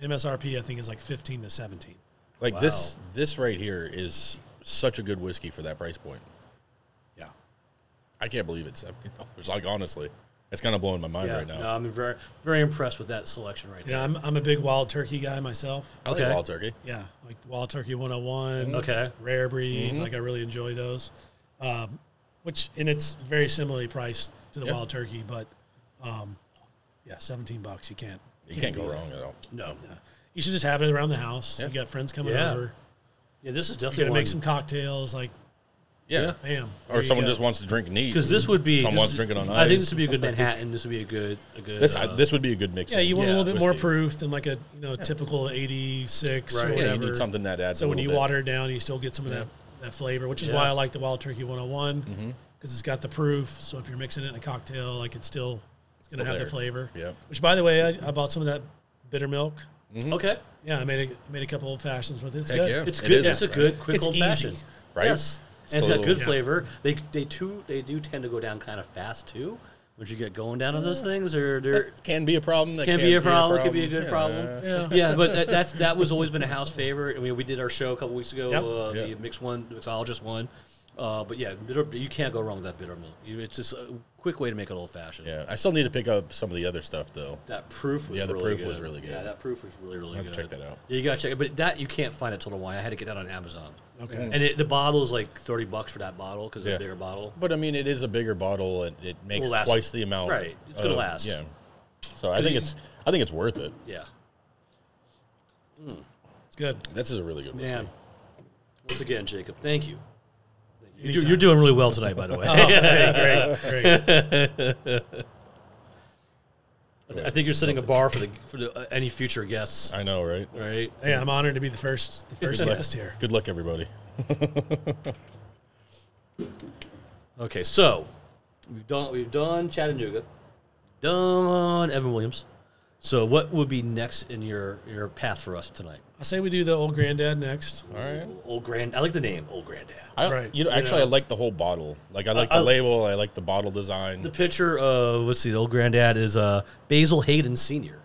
MSRP, I think, is like 15 to 17.
Like
Wow.
this this right here is such a good whiskey for that price point.
Yeah.
I can't believe it's seventeen dollars. Like honestly, it's kind of blowing my mind
yeah,
right now.
no, I'm very very impressed with that selection right
Yeah, I'm, I'm a big wild turkey guy myself.
I like
Okay.
wild turkey.
Yeah, like Wild Turkey 101.
Okay.
Rare breeds.
Mm-hmm.
Like I really enjoy those. Um, which and it's very similarly priced to the
Yeah.
Wild Turkey, but um, yeah, seventeen bucks. You can't.
You can't go wrong at all.
there. No,
Yeah. You should just have it around the house.
Yeah.
You got friends coming
Yeah.
over.
yeah, this is
You're
definitely
gonna
one
make some cocktails. Like,
Yeah.
bam.
Or someone just wants to drink neat.
because this would be
Someone
this-
wants drinking on
I think
ice.
this would be a good Manhattan. this would be a good a good.
This
uh,
I, this would be a good mix.
Yeah, you want a
Yeah,
little bit more
whiskey.
proof than like a you know typical eighty six
Right.
or
Yeah,
Yeah,
whatever.
you need something that adds.
So
a
when you
little bit.
water it down, you still get some of that, that flavor, which is why
Yeah.
I like the Wild Turkey 101 because
Mm-hmm.
it's got the proof. So if you're mixing it in a cocktail, like it's still it's going to
Still
have
there.
the flavor.
Yep.
Which, by the way, I, I bought some of that bitter milk.
okay,
Yeah, I made a, made a couple old fashions with it. It's
Heck
good.
yeah.
it's
mm-hmm. It
good.
is,
it's a
right?
good quick
It's
old
easy.
fashioned,
Right?
Yes, and it's got
So-
good
Yeah.
flavor. They they too they do tend to go down kind of fast too. Once you get going down on those things, or they're
Can be a problem. that
can be a problem. Can be a good problem.
Yeah.
Yeah, but that, that's that was always been a house favorite. I mean, we did our show a couple weeks ago,
Yep.
uh,
Yeah.
the mix one, mixologist one, Uh, but yeah, bitter, you can't go wrong with that bitter milk. You- It's just a quick way to make it old fashioned.
Yeah, I still need to pick up some of the other stuff though.
That proof was
Yeah, the
really
proof
good.
was really
Yeah,
good.
that proof was really really
I'll have to
good.
check that out.
Yeah, you gotta check it, but that you can't find at Total Wine. I had to get that on Amazon.
Okay.
And it, the bottle is like thirty bucks for that bottle because it's
Yeah.
a bigger bottle.
But I mean, it is a bigger bottle, and it makes
Will last.
twice the amount.
Right, it's gonna last.
Yeah. So I think
you-
it's I think it's worth it.
Yeah,
It's good.
This is a really good whiskey.
man. Once again, Jacob, thank you. You do,
Anytime.
you're doing really well tonight, by the way.
Hey, great, great.
I th- I think you're setting a bar for the for the, uh, any future guests,
I know, right?
right?
Hey, I'm honored to be the first, the first
Good luck.
guest here.
Good luck, everybody.
Okay, so we've done we've done Chattanooga, done Evan Williams. So what would be next in your your path for us tonight?
I say we do the old granddad next.
All right.
Old grand, I like the name Old Granddad.
I,
Right.
You know, actually,
know.
I like the whole bottle. Like, I like
I-
the label. I like the bottle design.
The picture of let's see, the Old Granddad is uh, Basil Hayden Senior.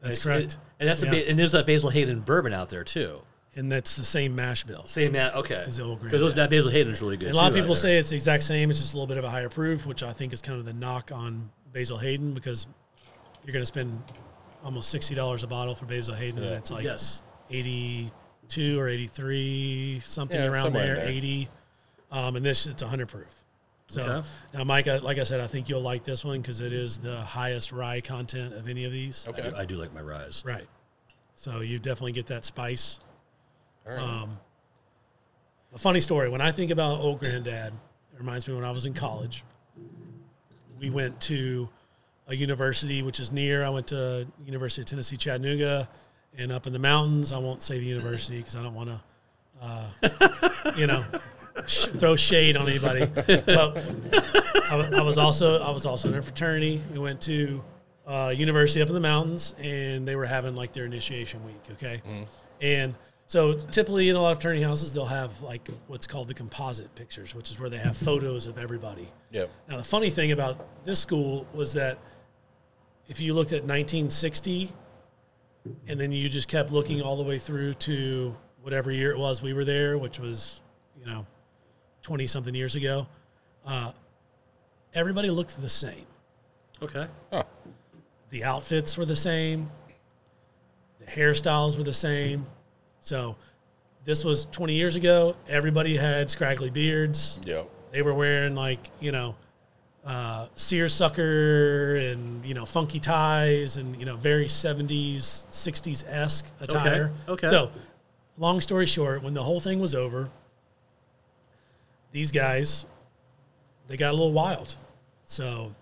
That's
It's-
correct.
it- and that's a
Yeah.
ba- and there's that Basil Hayden bourbon out there too.
and that's the same mash bill.
Same that, okay.
Is the Old
Because that Basil Hayden is really good.
And a lot of
too out
people
there.
say it's the exact same. It's just a little bit of a higher proof, which I think is kind of the knock on Basil Hayden because you're going to spend almost sixty dollars a bottle for Basil Hayden, and it's like
yes,
eighty-two or eighty-three, something
Yeah,
around
somewhere in
there,
there.
eighty. Um, and this it's hundred proof. So
Okay.
now, Mike, I- like I said, I think you'll like this one because it is the highest rye content of any of these.
okay.
I do, I do like my rise.
Right. So you definitely get that spice. Um,
All right.
A funny story. When I think about old granddad, it reminds me when I was in college. We went to a university which is near. I went to University of Tennessee Chattanooga, and up in the mountains. I won't say the university because I don't want to, uh, you know, sh- throw shade on anybody. But I, wa- I was also I was also in a fraternity. We went to uh, university up in the mountains, and they were having like their initiation week. Okay, and so typically in a lot of fraternity houses, they'll have like what's called the composite pictures, which is where they have photos of everybody.
yeah.
Now the funny thing about this school was that if you looked at 1960, and then you just kept looking all the way through to whatever year it was we were there, which was you know 20 something years ago, uh, everybody looked the same.
Okay.
The outfits were the same, the hairstyles were the same. So this was 20 years ago. Everybody had scraggly beards.
Yeah.
They were wearing like you know uh, seersucker and you know funky ties and you know very 70s 60s esque attire.
okay.
So long story short, when the whole thing was over, these guys they got a little wild. So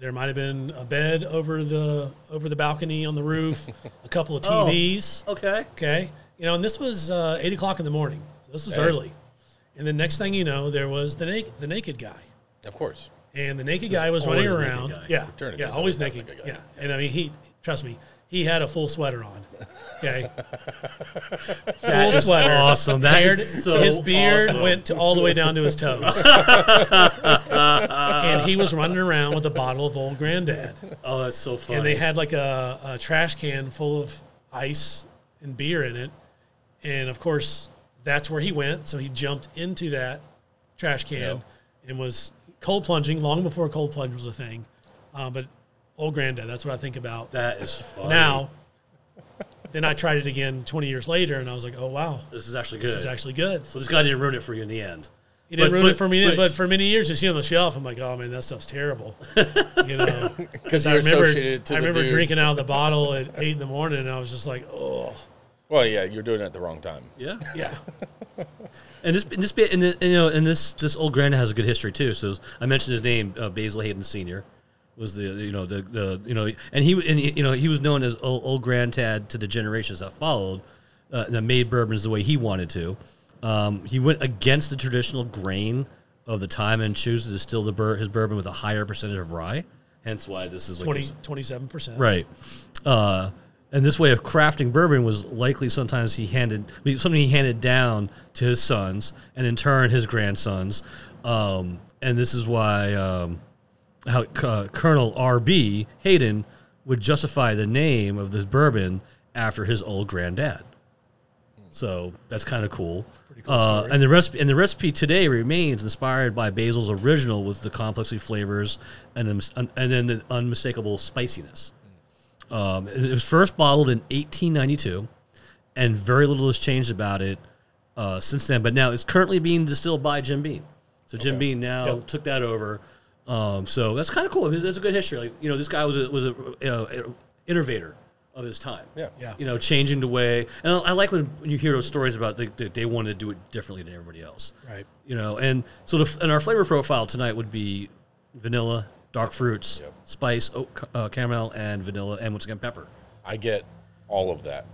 there might have been a bed over the over the balcony on the roof, a couple of
Oh.
TVs.
Okay.
Okay. You know, and this was uh, eight o'clock in the morning. So this was
Hey.
early. And the next thing you know, there was the naked, the naked guy.
Of course.
And the naked guy was
always
running
a naked
around.
guy.
Yeah.
Fraternity
Yeah.
is always
Always
got
naked.
naked guy.
yeah. And I mean, he, trust me, he had a full sweater on. Okay. full
is
sweater.
awesome. That
Beard-
is so
his beard
awesome.
went to, all the way down to his toes. and he was running around with a bottle of old granddad
Oh, that's so funny.
and they had like a, a trash can full of ice and beer in it. And of course, that's where he went. So he jumped into that trash can
Yeah.
and was cold plunging long before cold plunge was a thing. Uh, but old granddad, that's what I think about
that is funny.
now. then I tried it again 20 years later and I was like, oh, wow,
this is actually good.
this is actually good.
so this guy didn't ruin it for you in the end.
He didn't
But-
ruin
but-
it for me,
but-
but, for many years, you see it on the shelf. I'm like, oh man, that stuff's terrible. You know,
Because
I remember, I remember drinking out of the bottle at eight in the morning, and I was just like, oh,
Well, yeah, you're doing it at the wrong time.
Yeah.
yeah.
And this, and this, bit- and, the- and, you know, and this, this old grandad has a good history too. So I mentioned his name, uh, Basil Hayden Senior, was the, you know, the, the, you know, and he, and he, you know, he was known as old, old granddad to the generations that followed, uh, that made bourbons the way he wanted to. Um, he went against the traditional grain of the time and chose to distill the bur- his bourbon with a higher percentage of rye. Hence why this is like
20,
his-
27%.
Right. Uh, and this way of crafting bourbon was likely sometimes he handed I mean, something he handed down to his sons and in turn his grandsons. Um, and this is why um, how uh, Colonel R.B. Hayden would justify the name of this bourbon after his old granddad. So that's kind of cool.
Pretty cool
Uh,
story.
and the recipe and the recipe today remains inspired by basil's original with the complexity flavors and um, and then the unmistakable spiciness. Um, it it was first bottled in 1892, and very little has changed about it uh, since then. But now it's currently being distilled by Jim Beam. So Jim Beam now
Yep.
took that over. Um, so that's kind of cool. I mean, it's a good history. Like, you know, this guy was a, was a you know, innovator of his time
Yeah.
Yeah.
you know, changing the way. And I I like when, when you hear those stories about they, they, they wanted to do it differently than everybody else.
Right.
You know, and so the, and our flavor profile tonight would be vanilla, dark fruits,
Yep.
spice, oat, uh, caramel, and vanilla, and once again, pepper.
I get all of that.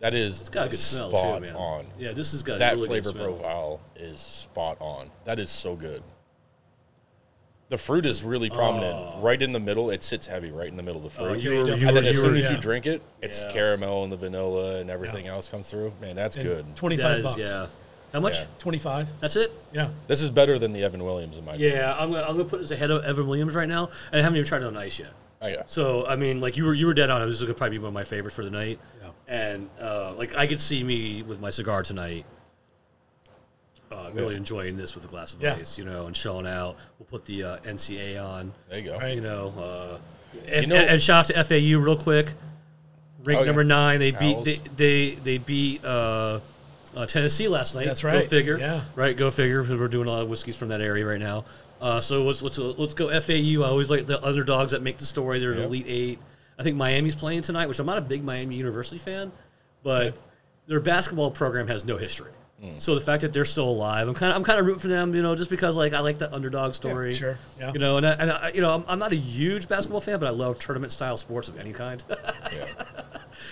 That is
It's got a good
spot
smell too, man.
on.
Yeah, this has got a
that
really
flavor
good smell.
profile is spot on. That is so good. The fruit is really prominent, right in the middle. It sits heavy right in the middle of the fruit.
Oh, you
Yeah,
were,
you
you
and
were,
then as
you
soon
were,
as you
yeah.
drink it, it's
Yeah.
caramel and the vanilla and everything
Yeah.
else comes through. Man, that's
And
good.
Twenty-five
that is,
bucks.
yeah. How much?
Yeah.
Twenty-five.
That's it?
Yeah.
This is better than the Evan Williams in my opinion.
Yeah, I'm gonna, I'm gonna put this ahead of Evan Williams right now, and I haven't even tried it on ice yet.
Oh, yeah.
So I mean, like you were you were dead on. it. This is gonna probably be one of my favorites for the night.
Yeah.
And uh, like I could see me with my cigar tonight, uh, really
Yeah.
enjoying this with a glass of
Yeah.
ice, you know, and chilling out. We'll put the uh, NCA on,
There you go.
Right.
you know, uh, and,
know-
and shout out to FAU real quick. Rank
Oh, yeah.
number nine. They beat
Owls.
they they, they beat uh, uh, Tennessee last night.
That's
Go
right.
figure.
Yeah.
Right. Go figure. Because we're doing a lot of whiskeys from that area right now. Uh, so let's let's let's go FAU. I always like the underdogs that make the story. They're an
Yep.
elite eight. I think Miami's playing tonight, which I'm not a big Miami University fan, but their basketball program has no history.
Hmm.
So the fact that they're still alive, I'm kind of I'm kind of rooting for them, you know, just because like I like the underdog story.
sure. Yeah.
You know, and I, and I, you know, I'm, I'm not a huge basketball fan, but I love tournament style sports of any kind.
Yeah.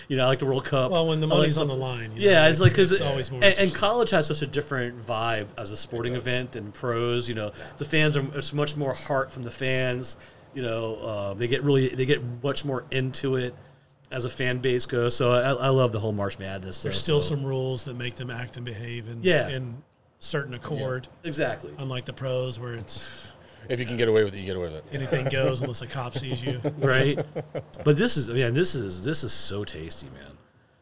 you know, I like the World Cup.
Well, when the
I like
money's on the
stuff-
line. you
yeah,
know,
it's like because
it's always more.
and, and
interesting.
college has such a different vibe as a sporting
does.
event than pros. You know, the fans are it's much more heart from the fans. You know, uh, they get really they get much more into it as a fan base goes. So I, I love the whole March Madness.
There's
though,
still
so-
some rules that make them act and behave in
Yeah.
in certain accord.
exactly.
Unlike the pros, where it's
If you can get away with it, you get away with it.
anything goes unless a cop sees you.
right? But this is man, this is this is so tasty, man.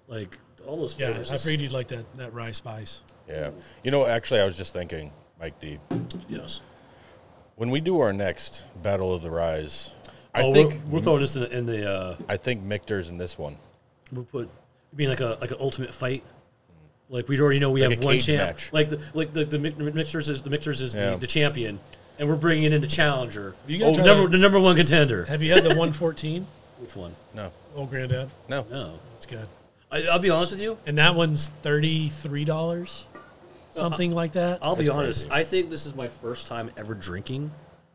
Like all those
Yeah,
flavors.
I
is-
figured you'd like that that rye spice.
Yeah. You know, actually, I was just thinking, Mike D.
yes.
When we do our next Battle of the Rise, I
oh,
think
we're, we're throwing this in the, in the uh,
I think Michter's in this one.
we'll put. You mean like a like an ultimate fight? Like we already know we
Like
have
a
one
cage
champ.
match.
Like the like the, the mi- mixers is the mixers is
Yeah.
the, the champion, and we're bringing in the challenger.
You gotta
oh,
try
number,
that-
the number one contender.
Have you had the 114?
Which one?
No,
Old granddad.
no.
No,
That's good.
I, I'll be honest with you.
And that one's thirty-three dollars, something like that.
Uh-huh. I'll be
That's
honest.
crazy.
I think this is my first time ever drinking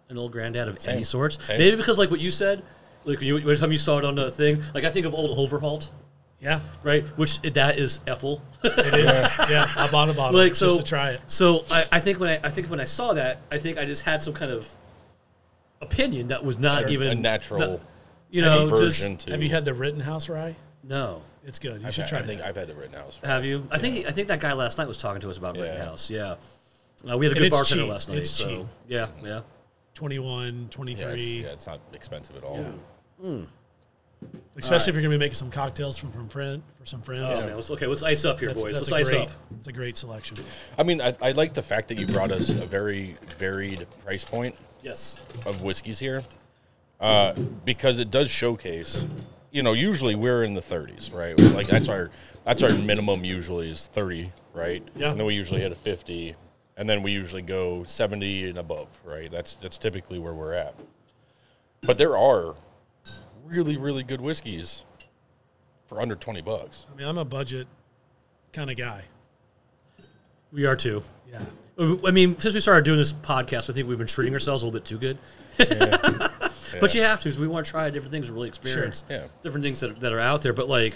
an old granddad of any sort.
Same.
Maybe because like what you said, like you, by the time you saw it on the thing, like I think of old Overhault,
Yeah,
right? Which that is Ethel.
it is. yeah, I bought a bottle
like so
just to try it.
So I, I think when I, I think when I saw that, I think I just had some kind of opinion that was not
Sure.
even
A natural
not- you know,
aversion
just
to.
Have you had the Rittenhouse rye?
no.
It's good. You
I've
should
had-
try
I think
it.
I've had the Rittenhouse.
Have you? I think I think that guy last night was talking to us about
Yeah.
Rittenhouse. Yeah, uh, we had a
And
good
it's
bartender
cheap.
last night.
It's
so
cheap.
yeah, yeah.
21,
Yeah, it's,
23.
yeah, it's not expensive at all.
Yeah. Especially if you're going to be making some cocktails from, from friend, for some
Oh,
friends.
man, let's, okay, let's ice up here, boys. Let's
a
ice
great,
up.
It's a great selection.
I mean, I, I like the fact that you brought us a very varied price point
Yes.
of whiskeys here, uh, because it does showcase. You know, usually we're in the 30s, right? Like that's our that's our minimum usually is 30, right?
Yeah.
And then we usually hit a 50, and then we usually go 70 and above, right? That's that's typically where we're at. But there are really really good whiskeys for under 20 bucks.
I mean, I'm a budget kind of guy.
We are too.
Yeah.
I mean, since we started doing this podcast, I think we've been treating ourselves a little bit too good. but you have to, because we want to try different things and really experience
Yeah.
different things that, that are out there. But like,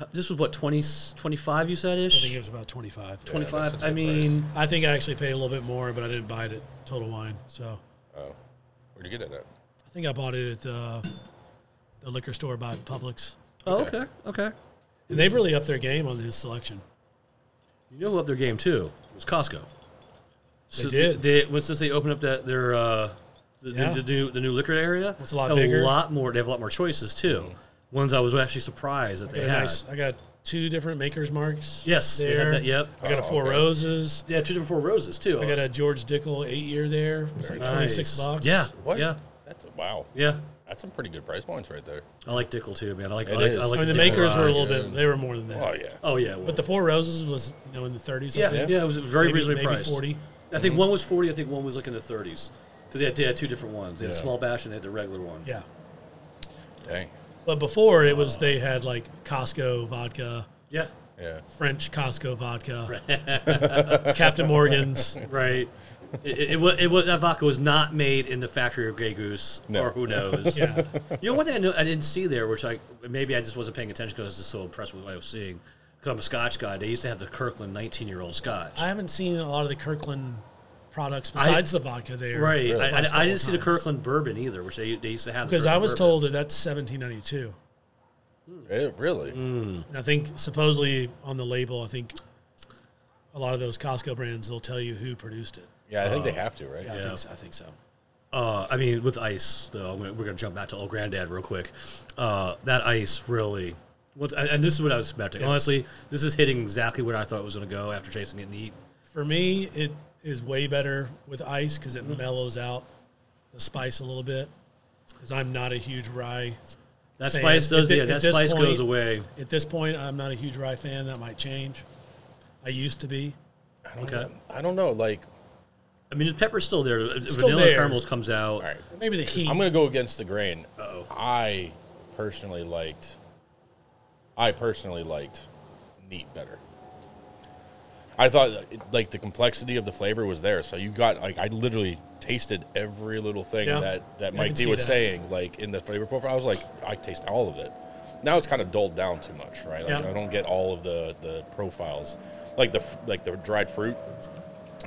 h- this was what 20, 25 you said
I think
ish.
it was about 25.
Twenty
that's a
five.
good
I mean,
I think I actually paid a little bit more, but I didn't buy it at Total Wine. So
Where'd you get it at?
I think I bought it at the, the liquor store by Publix.
oh,
Okay.
okay, okay.
And they've really upped their game on this selection.
You know who upped their game too? It was Costco. So
did.
They, when since they opened up that their uh, the,
Yeah.
the, the new the new liquor area,
It's a lot
have
bigger.
A lot more. They have a lot more choices too. Ones I was actually surprised that
I got
they
a
had.
nice, I got two different makers marks.
Yes, they had
there.
that, yep.
I got a
Oh,
Four
okay.
Roses.
Yeah, two different four roses too.
I got a George Dickel eight year there. It's like twenty six bucks.
Yeah,
What?
yeah,
That's a, wow.
yeah.
That's some pretty good price points right there.
I like Dickel too, man. I like. I
It
like,
is.
I
I
like
mean the
Dickel
makers
a
were a
lot.
little bit. They were more than that.
Oh yeah.
Oh yeah, well,
But the Four Roses was you know in the thirties. I
yeah,
think.
yeah, It was very
Maybe-
reasonably
maybe Mm-hmm.
priced.
40.
I think one was forty. I think one was like in the thirties because they had, they had two different ones. They had a
Yeah.
small batch and they had the regular one.
Yeah.
Dang.
But before it was they had like Costco vodka,
yeah,
Yeah.
French Costco vodka, Captain Morgan's.
right. it, it, it, wa- it was that vodka was not made in the factory of Grey Goose
No.
or who knows.
Yeah.
You know, one thing I, know, I didn't see there, which I maybe I just wasn't paying attention because I was just so impressed with what I was seeing. Because I'm a Scotch guy, they used to have the Kirkland 19 year old Scotch.
I haven't seen a lot of the Kirkland products besides the vodka there.
right. I, I,
Last couple
I didn't see the
times.
Kirkland bourbon either, which they, they used to have. the
Because I
Kirkland
was
bourbon.
told that that's 1792.
Eh, really?
And I think supposedly on the label, I think a lot of those Costco brands they'll tell you who produced it.
Yeah, I think they have to, right?
Yeah, I,
Yeah.
think so, I think so.
Uh, I mean, with ice, though, I'm gonna, we're going to jump back to old granddad real quick. Uh, that ice really. Once, and and this is what I was expecting. Honestly, this is hitting exactly where I thought it was going to go after chasing it and eat.
For me, it is way better with ice because it mellows out the spice a little bit. Because I'm not a huge rye.
That
Fan.
spice does,
At thi-
yeah,
at
that
this
spice
point-
goes away.
At this point, I'm not a huge rye fan. That might change. I used to be.
I don't
Okay.
know. I don't know. Like,
I mean, the pepper's still there.
still
Vanilla
there.
caramel comes out.
all right.
Maybe the heat.
I'm gonna go against the grain.
Uh-oh.
I personally liked. I personally liked neat better. I thought like the complexity of the flavor was there, so you got like I literally tasted every little thing
Yeah.
that that
I
Mike
can
D
see
was
that.
saying, like in the flavor profile. I was like, I taste all of it. Now it's kind of dulled down too much, right? Like,
Yeah.
I don't get all of the the profiles, like the f- like the dried fruit.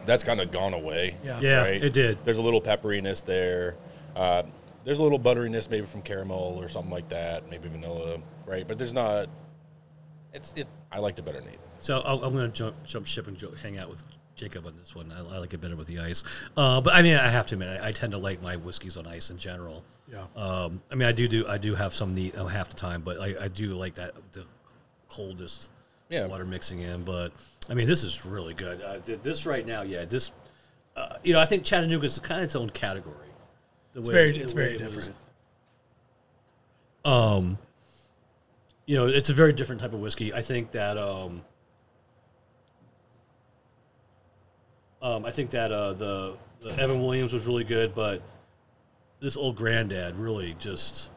That's kind of gone away.
Yeah.
Yeah,
right?
it did.
There's a little pepperiness there. Uh, there's a little butteriness maybe from caramel or something like that, maybe vanilla, right? But there's not. It's it. I liked it better, Nate.
So I'll, I'm going to jump jump ship and jo- hang out with Jacob on this one. I, I like it better with the ice, uh, but I mean, I have to admit, I, I tend to like my whiskeys on ice in general.
Yeah.
Um, I mean, I do do I do have some neat uh, half the time, but I, I do like that the coldest
Yeah.
water mixing in. But I mean, this is really good. Uh, th- this right now, yeah, this uh, you know, I think Chattanooga is kind of its own category. The
It's very, it's very different.
Um, you know, it's a very different type of whiskey. I think that um, um I think that uh the, the Evan Williams was really good, but this old granddad really just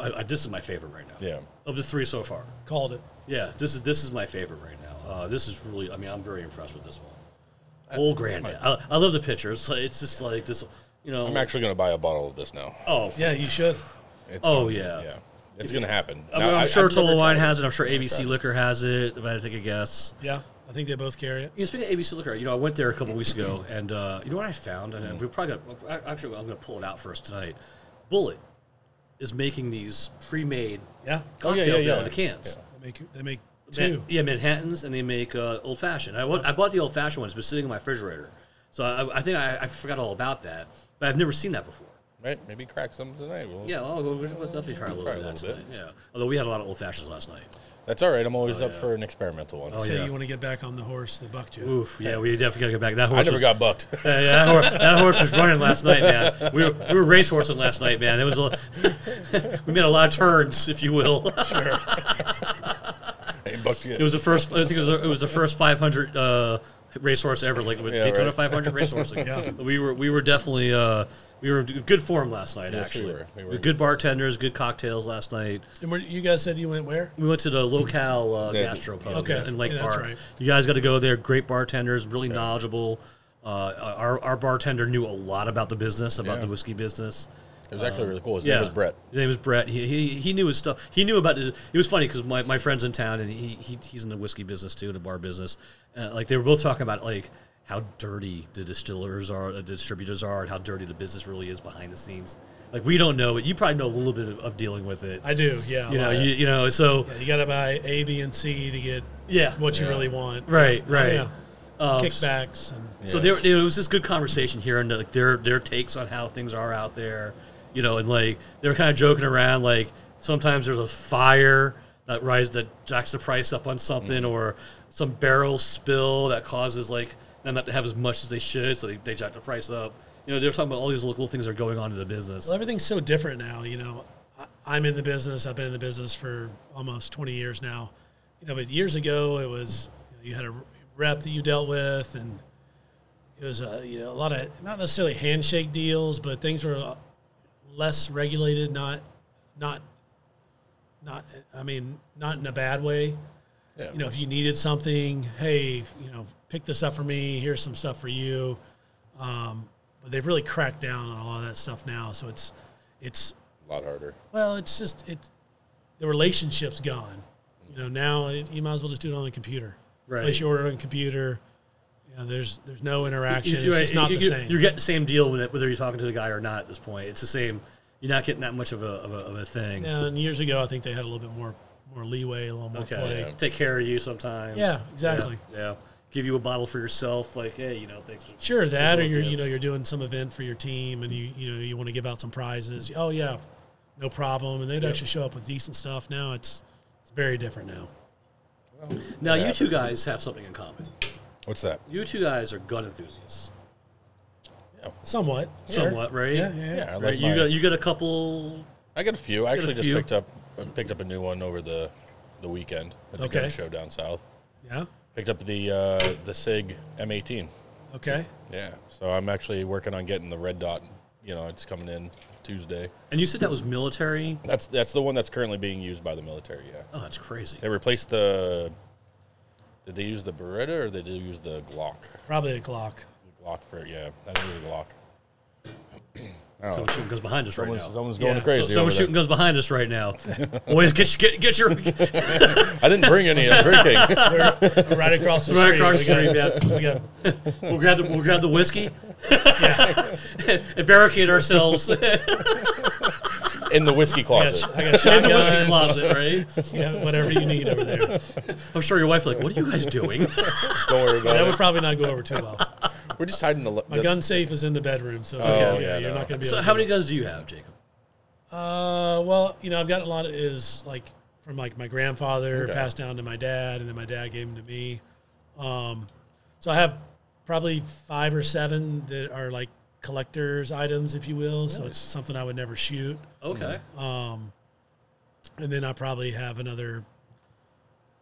I, I, this is my favorite right now.
Yeah.
Of the three so far.
Called it.
Yeah, this is this is my favorite right now. Uh, this is really I mean, I'm very impressed with this one. Old granddad. I, I love the picture. It's, like- it's just like this, you know.
I'm actually gonna buy a bottle of this now.
oh,
Yeah, you should.
It's, um,
Oh, yeah.
Yeah. It's gonna happen.
I
Now,
am
I-
sure
I've never
Total Wine
tried
has it. I'm sure
Never tried
ABC
it.
Liquor has it. If I had to take a guess.
Yeah. I think they both carry it.
You know, speaking of ABC Liquor, you know, I went there a couple weeks ago, and uh, you know what I found? And we probably got, actually, I'm going to pull it out for us tonight. Bullet is making these pre-made
Yeah.
Oh, yeah,
cocktails
yeah, yeah.
now in the cans.
Yeah.
They make, they make
Man-
two.
yeah, Manhattans, and they make uh, old fashioned. I, wa- I bought the old fashioned one; it's been sitting in my refrigerator. So I, I think I, I forgot all about that, but I've never seen that before.
Right? Maybe crack some tonight. Well,
Yeah, well, we'll definitely try a little
Try
bit
a
of that
little
tonight.
bit.
Yeah, although we had a lot of old fashions last night.
That's all right. I'm always up
Oh, yeah.
for an experimental one.
Oh,
Say
yeah.
you want to get back on the horse that bucked you.
Oof, yeah, we definitely got to go back. That horse
I never
was-
got bucked.
Yeah, Uh, yeah, that, horse, that horse was running last night, man. We were, we were racehorsing last night, man. It was a, we made a lot of turns, if you will.
I ain't bucked yet.
It was the first. I think it was, the- it was the first 500 uh, racehorse ever, like with
Yeah,
Daytona
right.
500 racehorsing.
Yeah.
we were we were definitely uh, we were in good form last night.
Yes, we
actually,
were. We were.
good bartenders, good cocktails last night.
And where, you guys said you went where?
We went to the locale uh,
Yeah.
gastro pub
Okay.
in Lake
Yeah, that's
Park.
right.
You guys got to go there. Great bartenders, really knowledgeable. Uh, our, our bartender knew a lot about the business, about
Yeah.
the whiskey business.
It was actually really cool. His name was Brett.
His name was Brett. He, he, he knew his stuff. He knew about it. It was funny because my, my friend's in town and he, he he's in the whiskey business too, in the bar business. Uh, like they were both talking about like how dirty the distillers are, the distributors are, and how dirty the business really is behind the scenes. Like we don't know it. You probably know a little bit of, of dealing with it.
I do. Yeah. a
you know,
lot.
you, you know. So
you got to buy A, B, and C to get
yeah,
what you
Yeah.
really want.
right, right.
Yeah.
Um,
Kickbacks and
So there, you know, it was this good conversation here, and like their their takes on how things are out there, you know, and like they were kind of joking around, like sometimes there's a fire. that rise that jacks the price up on something or some barrel spill that causes like them not to have as much as they should, so they, they jack the price up. You know, they're talking about all these little things that are going on in the business.
Well, everything's so different now. You know, I, I'm in the business. I've been in the business for almost 20 years now. You know, but years ago it was you, know, you had a rep that you dealt with, and it was a you know a lot of not necessarily handshake deals, but things were less regulated. Not, not, not. I mean, not in a bad way.
Yeah.
You know, if you needed something, hey, you know, pick this up for me. Here's some stuff for you. Um, but they've really cracked down on a lot of that stuff now. So it's, it's
a lot harder.
well, it's just it. The relationship's gone. You know, now it, you might as well just do it on the computer.
Right.
Place your order on the computer. You know, there's there's no
You-
interaction.
you-
it's
right,
just not
you-
the
you-
same.
You're getting the same deal with it, whether you're talking to the guy or not. At this point, it's the same. You're not getting that much of a of a, of a thing.
and years ago, I think they had a little bit more more leeway, a little more
Okay,
play.
take care of you sometimes.
Yeah, exactly.
Yeah, yeah. give you a bottle for yourself. Like, hey, you know, thanks. for-
Sure, that or
Little
you're you
gifts.
know you're doing some event for your team and you you know you want to give out some prizes. Oh yeah, no problem. And they'd actually show up with decent stuff. Now it's it's very different now.
Now, you two
happens.
guys have something in common.
What's that?
You two guys are gun enthusiasts,
Somewhat. sure.
somewhat, right?
Yeah, yeah.
Yeah, I like
Right, you
my-
got you got a couple.
I got a few. I
got a
actually just
few.
picked up I picked up a new one over the the weekend at the
Okay.
gun show down south.
yeah.
Picked up the uh, the Sig M18.
Okay.
Yeah, so I'm actually working on getting the red dot. You know, it's coming in Tuesday.
And you said that was military.
That's that's the one that's currently being used by the military. Yeah,
Oh, that's crazy.
they replaced the. Did they use the Beretta or did they use the Glock?
Probably a clock.
The Glock for yeah, I think it was the Glock.
Someone shooting guns behind us right
Someone's,
now.
someone's going
Yeah.
crazy.
So someone
over there.
shooting guns behind us right now. Boys, get your- get get your right
I didn't bring any. I'm drinking.
We're right across the street.
across the
We
street.
got-
Yeah.
we got-
We'll grab the we'll grab the whiskey and barricade ourselves in the
in the whiskey
I
closet.
got, I got
whiskey
shotguns,
closet, right?
yeah, whatever you need over there.
I'm sure your wife like, what are you guys doing?
Don't worry
That
about
would
it.
probably not go over too well.
We're just hiding the.
My gun safe is in the bedroom, so Oh, yeah,
yeah,
you're
no.
not going to be.
So
able
how
to-
many guns do you have, Jacob?
Uh, well, you know, I've got a lot of is like from like my grandfather
Okay.
passed down to my dad, and then my dad gave them to me. Um, so I have probably five or seven that are like collectors' items, if you will. So it's something I would never shoot.
Okay.
Um, and then I probably have another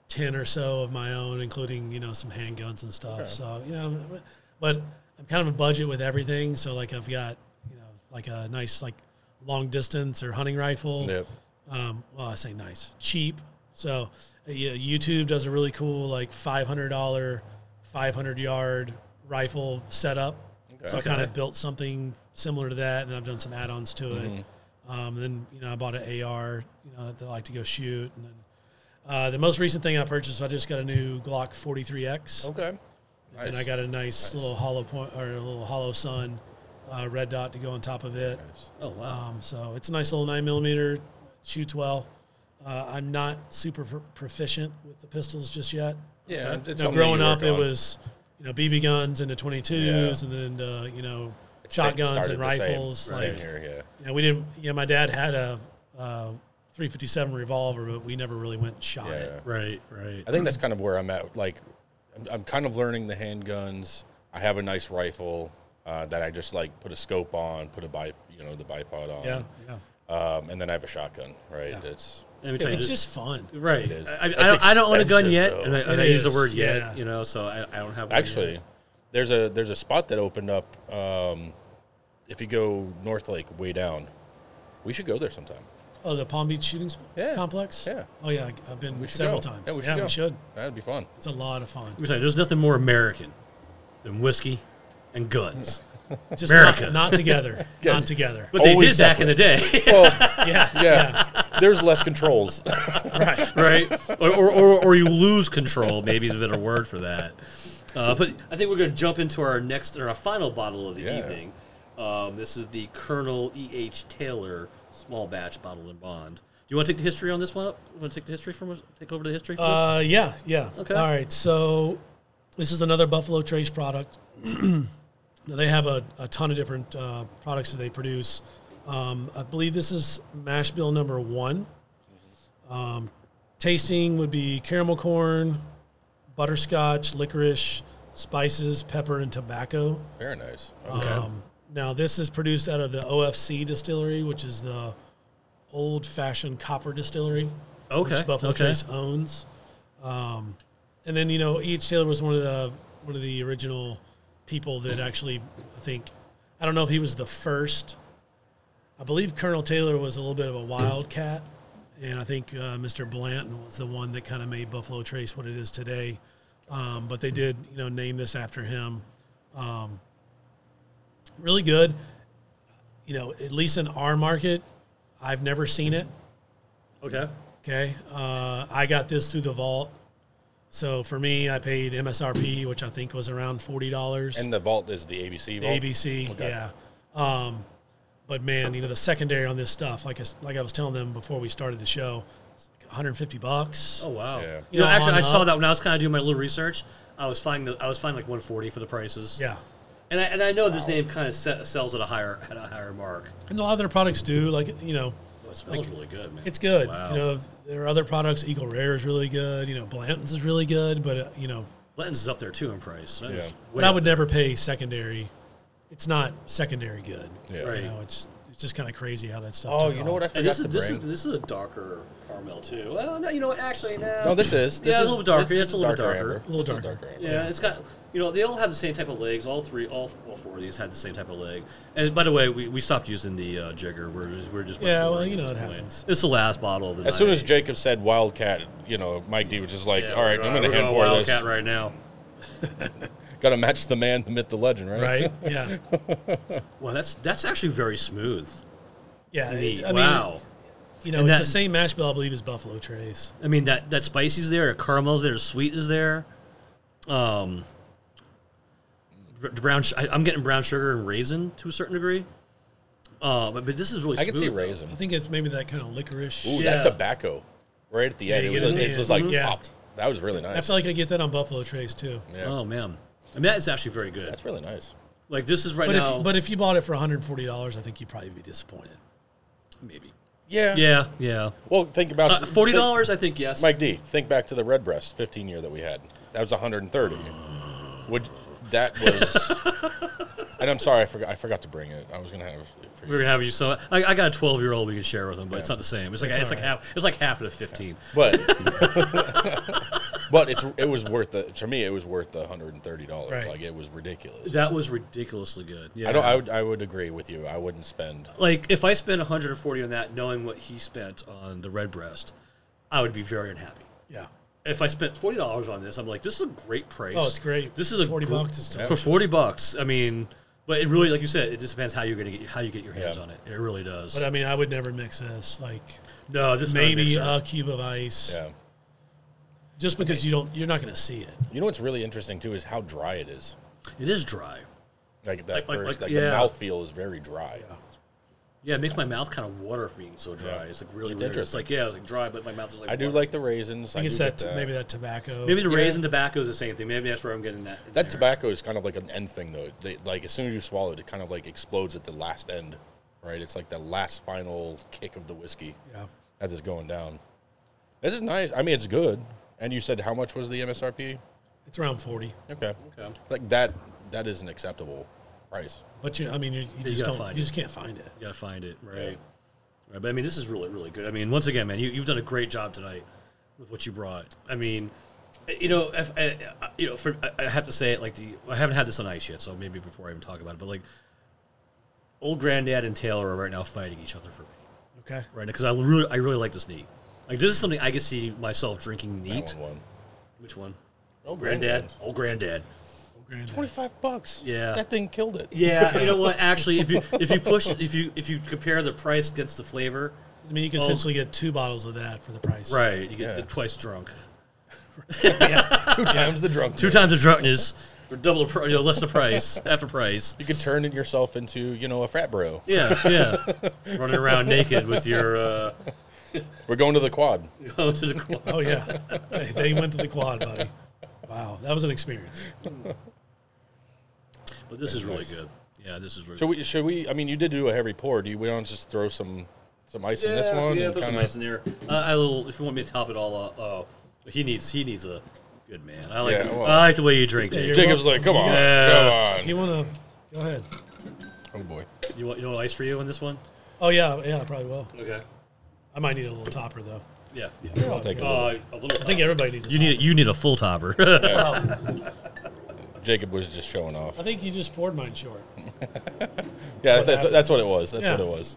ten or so of my own, including you know some handguns and stuff. So you know, I'm- but I'm kind of a budget with everything. So like I've got you know like a nice like long distance or hunting rifle.
Yep.
Um, well, I say nice, cheap. So uh, yeah, YouTube does a really cool like five hundred dollar, five hundred yard rifle setup. So I kind of built something similar to that, and I've done some add-ons to it. Um, and then you know I bought an AR, you know that I like to go shoot. And then uh, the most recent thing I purchased, I just got a new Glock 43X,
Okay. Oh, Nice.
and I got a nice, little hollow point or a little hollow sun uh, red dot to go on top of it.
Oh wow.
Um, so it's a nice little nine millimeter, shoots well. Uh, I'm not super pro- proficient with the pistols just yet.
Yeah, it's
You know,
something
growing
you work
up, it
on.
was you know BB guns into 22s, and then uh, you know
Same-
shotguns
started
and
the same-
rifles.
Same,
Like,
here, yeah.
you know, we didn't. You know, my dad had a uh, 357 revolver, but we never really went and shot
Yeah,
it.
Right, right.
I think that's kind of where I'm at. Like, I'm, I'm kind of learning the handguns. I have a nice rifle uh, that I just like put a scope on, put a bi, you know, the bipod on.
Yeah, yeah.
Um, and then I have a shotgun, right? It's
Let me tell you
It's
this-
just fun.
Right.
is.
I, I,
That's
don't, I don't own a gun
expensive,
yet,
though.
and I, and
It
I use the
is,
word yet,
yeah.
you know, so I, I don't have one yet.
actually there's a there's a spot that opened up. Um, if you go North Lake way down, we should go there sometime.
Oh, the Palm Beach shooting s-
Yeah,
complex.
yeah.
Oh yeah, I- I've been
We should
several
go.
times.
Yeah, we should. go.
we should.
That'd be fun.
It's a lot of fun.
Let me tell you, there's nothing more American than whiskey and
Hmm.
guns.
Just not,
America.
not together.
Yeah.
Not together.
But they
Always
did back in the day,
Well,
yeah,
yeah. There's less controls.
right? Or, or, or, or you lose control, maybe is a better word for that. Uh, but I think we're going to jump into our next or our final bottle of the
Yeah.
evening. Um, this is the Colonel E. H. Taylor Small Batch Bottle and Bond. Do you want to take the history on this one up? You want to take the history from us? Take over the history. From us?
Uh, yeah, yeah.
Okay.
All right. So this is another Buffalo Trace product. now they have a, a ton of different uh, products that they produce. Um, I believe this is mash bill number one. Um, tasting would be caramel corn, butterscotch, licorice, spices, pepper, and tobacco.
Very nice. Okay.
Um, now, this is produced out of the OFC distillery, which is the old fashioned copper distillery,
Okay,
which Buffalo
okay.
Trace owns. Um, and then, you know, E.H. Taylor was one of the one of the original people that actually, I think, I don't know if he was the first. I believe Colonel Taylor was a little bit of a wildcat, and I think uh, Mr. Blanton was the one that kind of made Buffalo Trace what it is today. Um, but they did, you know, name this after him Um, really good. You know, at least in our market, I've never seen it.
Okay.
Okay, uh, I got this through the vault. So for me, I paid MSRP, which I think was around forty dollars.
And the vault is the ABC vault.
ABC,
Okay.
yeah. Um, but man, you know the secondary on this stuff, like I, s- like I was telling them before we started the show, it's like one hundred fifty bucks.
Oh wow.
Yeah.
You know,
Yeah,
actually,
on uh,
I saw
up.
that when I was kind of doing my little research. I was finding the, I was finding like 140 for the prices.
yeah.
And I, and I know this name kind of se- sells at a higher at a higher mark.
And a lot of their products do, like you know,
Well, it smells really good, man.
It's good.
Wow.
You know, there are other products. Eagle Rare is really good. You know, Blanton's is really good, but uh, you know,
Lens is up there too in price. That is
Yeah.
way
but I
up
would never pay secondary. It's not secondary good.
Yeah.
Right.
You know, it's it's just kind of crazy how that stuff.
Oh,
took
you know what I
off.
forgot
And this
to
is this is
bring?
this is a darker caramel too. Well, no, you know what? Actually, no.
no, this is. This is,
yeah, a little bit darker.
this
Yeah,
is
it's a little bit darker.
amber.
A little
This is
darker.
amber.
Yeah, it's got. You know, they all have the same type of legs. All three, all, all four of these had the same type of leg. And by the way, we, we stopped using the uh, jigger. We're just, we're just
Yeah, well,
we're
you know,
just
it
doing
happens.
It's the last bottle of the
As soon
night.
as Jacob said Wildcat, you know, Mike D was just like,
Yeah,
all right,
we're
I'm
gonna-
going to
we're
hand pour this.
Wildcat right now.
Got to match the man, the myth, the legend, right?
Right? Yeah.
Well, that's that's actually very smooth.
Yeah. it-
Neat.
I mean,
wow.
you know,
And
it's
that-
the same mash bill I believe as Buffalo Trace.
I mean that that spicy's there, the caramel's there, the sweet is there. Um, br- the brown. Sh- I, I'm getting brown sugar and raisin to a certain degree. Uh, but, but this is really.
I can see
smooth, though.
raisin.
I think it's maybe that kind of licorice.
Ooh,
Yeah.
that tobacco right at the end.
you
it was,
get it
a,
in
it
the
was
end.
like
Yeah.
popped. That was really nice.
I feel like I get that on Buffalo Trace too.
Yeah.
Oh man, I mean that is actually very good.
That's really nice.
Like this is right
But
now.
if but if you bought it for one hundred forty dollars, I think you'd probably be disappointed.
maybe.
Yeah.
Yeah, yeah.
Well, think about
Uh, Forty dollars, I think. Yes.
Mike D, think back to the red breast 15 year that we had. That was 130. Would that was And I'm sorry I forgot I forgot to bring it. I was going to have it for
we
you.
are gonna have you so. I, I got a twelve year old we can share with him, but it's not the same. It's like it's,
It's
like
all right.
half. It's like half of the fifteen.
But but it's it was worth the to me it was worth the $130.
Right.
Like it was ridiculous.
That was ridiculously good. Yeah.
I don't I would I would agree with you. I wouldn't spend
like if I spent 140 on that, knowing what he spent on the red breast, I would be very unhappy.
Yeah.
If I spent forty dollars on this, I'm like, this is a great price.
Oh, it's great.
This is a
40
gr-
bucks is
for
delicious.
forty bucks. I mean, but it really, like you said, it just depends how you're gonna get how you get your hands
Yeah.
on it. It really does.
But I mean, I would never mix this. Like
no, this is not a
maybe uh,
mixer.
a cube of ice.
yeah.
Just because you don't, you're not going to see it.
You know what's really interesting too is how dry it is.
it is dry.
Like that
Like- like-
first, like,
like- yeah.
the mouthfeel is very dry.
Yeah, it makes my mouth kind of water from being so dry.
Yeah.
It's like really
It's
weird. It's
interesting.
like yeah, it's like dry, but my mouth is like.
I do
water.
like the raisins.
I
I,
think
do
it's
get
that,
that.
maybe that tobacco.
maybe the raisin tobacco is the same thing. Maybe that's where I'm getting that. in
That
there.
tobacco is kind of like an end thing, though. They, like as soon as you swallow it, it kind of like explodes at the last end, right? It's like the last final kick of the whiskey
yeah,
as it's going down. This is nice. I mean, it's good. And you said how much was the MSRP?
it's around forty.
Okay,
Okay.
like that. That is an acceptable price.
But you, I mean, you, you just
gotta
don't,
find
you
it.
just can't find it.
You gotta find it, right? Right, but I mean, this is really, really good. I mean, once again, man, you, you've done a great job tonight with what you brought. I mean, eh, you know, if, I, I- you know, for, I- I have to say it like the, I haven't had this on ice yet, so maybe before I even talk about it, but like, old granddad and Taylor are right now fighting each other for me,
Okay.
right? Because I really, I really like this neat. Like, this is something I could see myself drinking
That
neat.
one won.
Which one?
Oh,
Granddad, old granddad.
Well, granddad.
Twenty-five bucks.
Yeah.
that thing killed it.
Yeah, you know what? Actually, if you if you push if you if you compare the price against the flavor,
I mean, you can
Well-
essentially get two bottles of that for the price.
Right, you get
Yeah.
twice drunk.
Yeah.
Two times the drunk.
Two
man.
times the drunkenness, or double the, pri- you know, less the price after price.
You could turn yourself into you know a frat bro.
Yeah, yeah. Running around naked with your uh,
We're going to the quad.
going to the club.
oh yeah. Hey, they went to the quad, buddy. Wow, that was an experience.
But this is really good. Yeah, this is really.
Should we? Should we? I mean, you did do a heavy pour. Do you want to just throw some Some ice in this one.
yeah,
and
throw some
kinda-
ice in there. Uh, I will, if you want me to top it all up, oh, he needs he needs a good man. I like
Yeah,
the,
well.
I like the way you drink,
Yeah,
Jake.
you're-
Jacob's like, come on,
Yeah.
come
You want to go ahead?
on. Oh boy.
You want you want ice for you on this one?
Oh yeah, yeah, I probably will.
Okay.
I might need a little topper though.
Yeah. yeah.
I'll take a little.
Uh, a little.
I think everybody needs. A
you need you need a full topper.
Jacob was just showing off.
I think you just poured mine short.
Yeah,
what
that's
happened.
that's what it was. That's
Yeah.
what it was.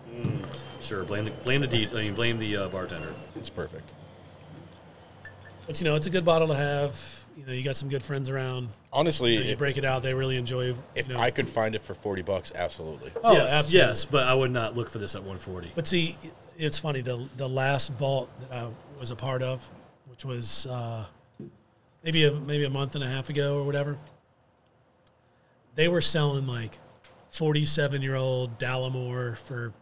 sure. Blame the blame the de- I mean blame the uh, bartender.
It's perfect.
But you know, it's a good bottle to have. You know, you got some good friends around.
Honestly,
You
if,
break it out, they really enjoy.
if
you know,
I could find it for forty bucks, absolutely.
oh,
yes,
absolutely.
yes, but I would not look for this at 140.
But see, it's funny. The the last vault that I was a part of, which was uh, maybe a maybe a month and a half ago or whatever, they were selling like forty seven year old Dalamore for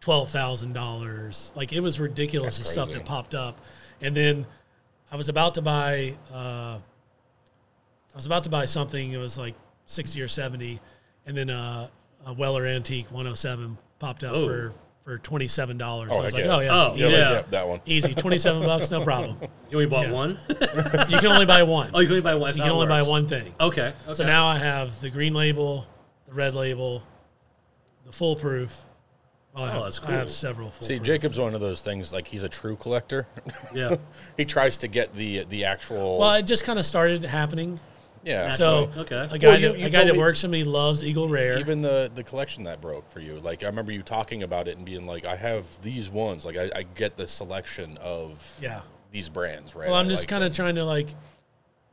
twelve thousand dollars. Like it was ridiculous
That's
the stuff
crazy.
that popped up, and then I was about to buy. Uh, I was about to buy something. It was like sixty or seventy, and then uh, a Weller Antique one hundred seven popped up
Oh.
for for twenty seven dollars.
Oh,
I was
heck
like,
yeah.
oh yeah,
Oh,
Yeah, like,
Yeah.
yeah, that one.
easy twenty seven bucks, no problem.
You only bought
Yeah.
one.
You can only buy one.
oh, you can only buy one.
you can only buy one thing.
Oh,
Okay. okay.
So now I have the green label, the red label, the foolproof. Well, I,
Oh,
have,
that's
I have
cool.
several. Foolproof.
See, Jacob's one of those things. Like he's a true collector.
yeah.
he tries to get the the actual.
Well, it just kind of started happening.
yeah.
So
Naturally. Okay.
a guy
Well, you-
that,
you
a guy
told
that
me-
works for me loves Eagle Rare.
even the the collection that broke for you like i remember you talking about it and being like i have these ones like i, I get the selection of
Yeah.
these brands right
Well, I'm
I
just
like
kind of
them.
trying to like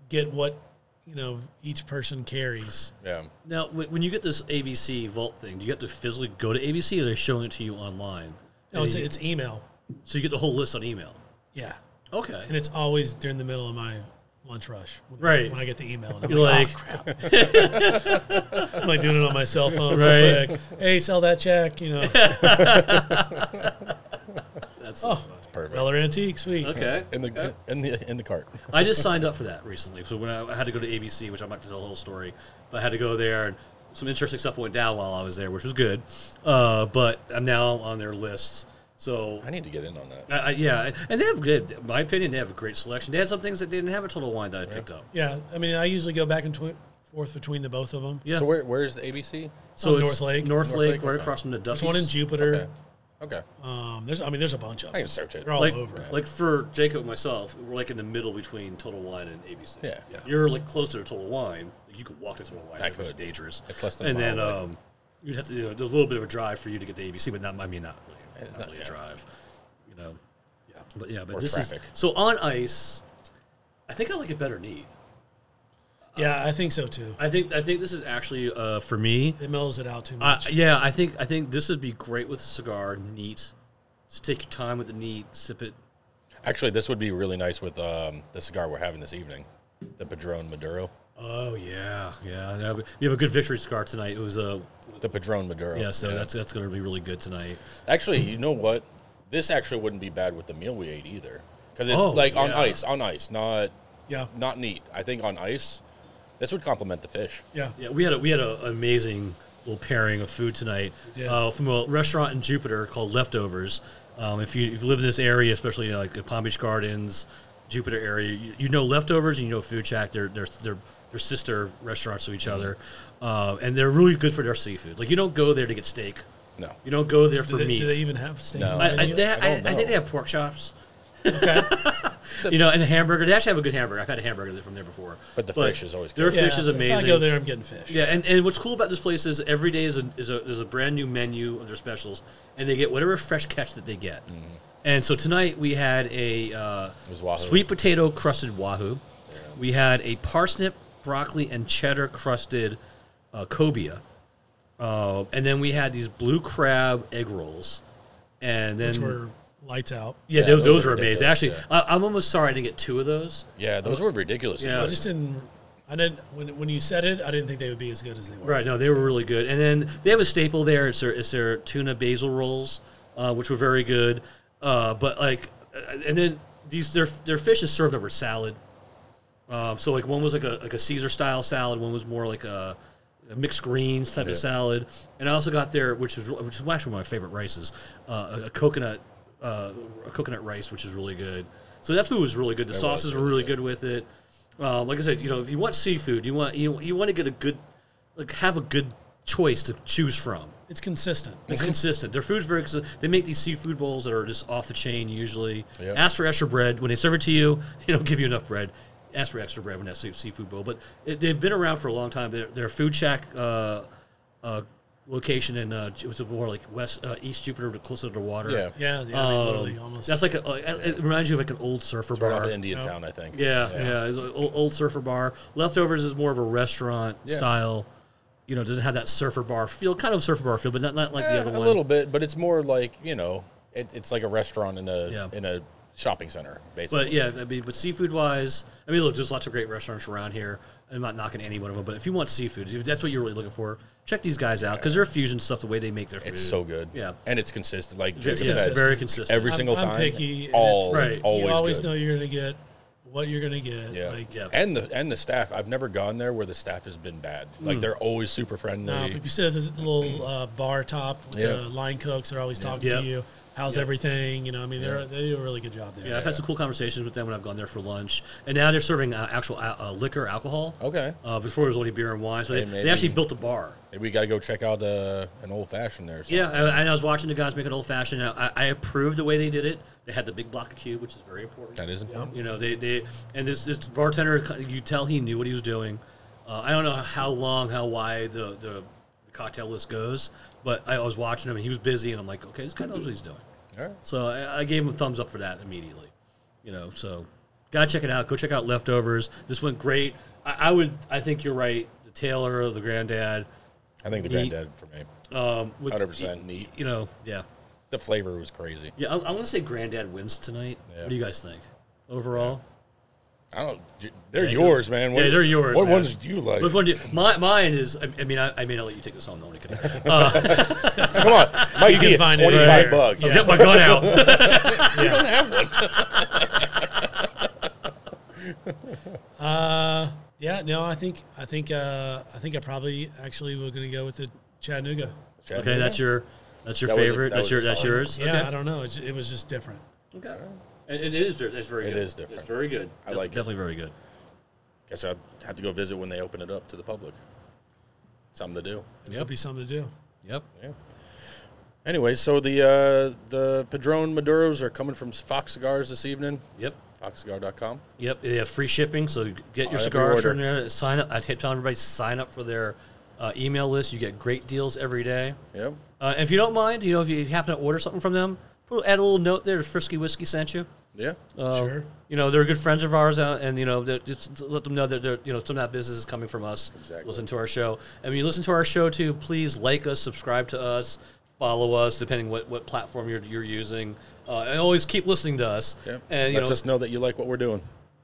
get what you know each person carries.
yeah
Now, wh- when you get this ABC Vault thing, do you have to physically go to ABC, or they're showing it to you online? And
No, Oh, it's
you-
it's email.
so you get the whole list on email.
Yeah,
Okay.
and it's always during the middle of my lunch rush. When,
Right.
when I get the email, and I'm
You're
like,
like-
"Oh, crap. I'm like doing it on my cell phone.
Right.
Right. Real quick. Hey, sell that check. You know,
That's
Oh.
it's perfect
Weller Antique, sweet.
okay.
in the in the in the cart
I just signed up for that recently. So when I, I had to go to ABC, which I'm not going to tell the whole story, but I had to go there and some interesting stuff went down while I was there, which was good. Uh, but I'm now on their lists. So
i need to get in on that
I, I, yeah, and they have good. in My opinion, they have a great selection. They had some things that they didn't have at Total Wine that I picked up.
Yeah, I mean, I usually go back and twi- forth between the both of them.
Yeah.
so where where's the abc
So
Oh,
it's
North Lake.
North,
North
Lake,
Lake,
right
okay.
across from the Duffy's.
There's one in
okay
Jupiter.
okay
Um, there's, I mean, there's a bunch of
i
them.
can search it
They're all
like,
over.
Like for Jacob and myself, we're like in the middle between Total Wine and ABC.
Yeah. Yeah.
You're like closer to Total Wine. Like, You could walk to Total Wine.
I
which is
could.
dangerous.
It's less than a
And then
mile away.
um, you'd have to you know, there's a little bit of a drive for you to get to ABC, but not I mean not really,
It's
not
not-
really
yeah.
a drive. You know. Yeah. But yeah, but
Or
this
traffic.
is so on ice. I think I like it better neat.
yeah, I think so too.
I think I think this is actually uh, for me.
It mellows it out too
Uh,
much.
yeah, I think I think this would be great with a cigar, neat. Just take your time with the neat, sip it.
actually this would be really nice with um the cigar we're having this evening the padron maduro
Oh yeah, yeah. No, but We have a good victory cigar tonight. It was a
the padron maduro
yeah, so that's that's going to be really good tonight.
Actually, you know what? This actually wouldn't be bad with the meal we ate either, because it's
Oh,
like on
yeah.
ice, on ice, not
yeah,
not neat. I think on ice, this would complement the fish.
yeah.
Yeah, we had a, we had a, an amazing little pairing of food tonight
did.
uh, from a restaurant in Jupiter called Leftovers. Um, if you if you live in this area, especially uh, like the Palm Beach Gardens, Jupiter area, you, you know Leftovers and you know Food Shack. They're they're they're, they're sister restaurants to
Mm-hmm.
each other, uh, and they're really good for their seafood. Like you don't go there to get steak.
No.
You don't go there for
Do they,
meat.
do they even have steak?
No.
on the
I, I,
menu?
they, I,
don't
I
know.
think they have pork chops.
okay.
you know, and a hamburger. They actually have a good hamburger. I've had a hamburger from there before.
But the fish is always
their
good.
fish is
if
amazing.
I go there, I'm getting fish.
Yeah, and, and what's cool about this place is every day is a, is a there's a brand new menu of their specials, and they get whatever fresh catch that they get. And so tonight we had a uh,
was wahoo.
sweet potato crusted wahoo. We had a parsnip, broccoli, and cheddar crusted uh, cobia. Uh, and then we had these blue crab egg rolls, and then
Which
Hmm.
were lights out.
yeah,
Yeah,
those,
those
those
are
were amazing.
ridiculous,
Actually,
yeah.
I, I'm almost sorry I didn't get two of those.
Yeah, those were ridiculous.
Yeah.
I just didn't. I didn't. When, when you said it, I didn't think they would be as good as they were.
Right, no, they were really good. And then they have a staple there. It's their, it's their tuna basil rolls, uh, which were very good. Uh, but like, uh, and then these their their fish is served over salad. Um, so like one was like a like a Caesar style salad. One was more like a a mixed greens type of salad, and I also got there, which is which is actually one of my favorite rices, uh, a, a coconut uh, a coconut rice, which is really good. So that food was really good. The sauces were really good with it. Uh, like I said, you know, if you want seafood, you want you, you want to get a good, like have a good choice to choose from.
It's consistent.
It's
Mm-hmm.
consistent. Their food's very consistent. They make these seafood bowls that are just off the chain usually.
Yep.
Ask for extra bread. When they serve it to you, they don't give you enough bread. Ask for extra bread when that sea- seafood bowl. But it, they've been around for a long time. Their, their food shack uh, uh, location in uh, it was more like west uh, East Jupiter, closer to the water.
Yeah.
Yeah, yeah, I mean,
Um,
literally almost.
That's like a, a- it reminds you of like an old surfer
Right
bar.
off of Indian Town, I think.
Yeah, yeah. It's an old, old surfer bar. Leftovers is more of a restaurant
Yeah.
style. You know, doesn't have that surfer bar feel, kind of surfer bar feel, but not, not like
Eh,
the other
a
one.
little bit, but it's more like you know, it, it's like a restaurant in a
Yeah.
in a shopping center, basically.
But yeah, I mean, but seafood wise, I mean, look, there's lots of great restaurants around here. I'm not knocking any one of them, but if you want seafood, if that's what you're really looking for, check these guys out because they're fusion stuff. The way they make their food,
it's so good.
Yeah,
and it's consistent. Like
it's
Jacob said,
very consistent.
every
I'm-
single
I'm
time.
picky, and
all
it's- Right.
always
you always
good.
know you're going to get what you're going to get.
Yeah.
Like, um,
Yeah.
And the and the staff. I've never gone there where the staff has been bad.
Hmm.
Like they're always super friendly.
um, if you sit at the little uh, bar top, with
Yeah.
the line cooks are always talking
Yeah.
to you. How's everything? You know, I mean, they're, they do a really good job there.
yeah, I've had some cool conversations with them when I've gone there for lunch, and now they're serving uh, actual uh, uh, liquor, alcohol.
okay,
Uh, before it was only beer and wine, so they,
Hey,
they
maybe-
actually built a bar.
maybe we got to go check out uh, an old fashioned there. or something.
Yeah, and and I was watching the guys make an old fashioned. I, I approved the way they did it. They had the big block of cube, which is very important.
that is important.
You know, they, they and this this bartender, you tell he knew what he was doing. Uh, I don't know how long, how wide the, the the cocktail list goes, but I was watching him and he was busy, and I'm like, okay, this guy knows what he's doing.
All right.
So I, I gave him a thumbs up for that immediately. You know, so gotta check it out. Go check out leftovers. This went great. I, I would, I think you're right. The Taylor of the granddad.
I think the
Neat.
granddad for me.
Um, with-
100% neat.
You know, yeah,
The flavor was crazy.
yeah. I, I want to say granddad wins tonight.
Yeah.
What do you guys think overall?
I don't. They're
Yeah,
yours, man.
yeah, they're yours,
What
man.
ones do you like?
Which one do you, my, mine is? I, I mean, I, I mean, I'll let you take this home. No, I'm kidding. Uh,
Come on, Mike D. It's
find it
twenty
anywhere.
five bucks.
I'll Get my gun out.
You don't have one.
Uh, Yeah, no, I think I think uh, I think I probably actually were going to go with the Chattanooga.
okay, that's your that's your
That was a-
favorite.
that
that's
was
your
a
that's
solid
yours.
Yeah, I
Okay.
don't know. It's, it was just different.
okay. And it is. di- It's very.
It
good.
is different.
It's very good.
I like it.
Definitely very good.
Guess I have to go visit when they open it up to the public. Something to do.
It would be something to do.
Yep.
Anyway, so the uh, the Padron Maduros are coming from Fox Cigars this evening.
Yep.
FoxCigar.com.
Yep, they have free shipping, so get your
Every
cigars
order.
from there. Sign up. I keep telling everybody sign up for their uh, email list. You get great deals every day.
Yep.
Uh, if you don't mind, you know, if you happen to order something from them, put, add a little note there. Frisky Whiskey sent you.
Yeah.
Uh,
Sure.
You know, they're good friends of ours, uh, and you know, they're- just let them know that they're, you know some of that business is coming from us.
Exactly.
Listen to our show, and when you listen to our show too, please like us, subscribe to us, follow us, depending what what platform you're you're using, uh, and always keep listening to us.
Yep.
And you
Lets
know,
us know that you like what we're doing.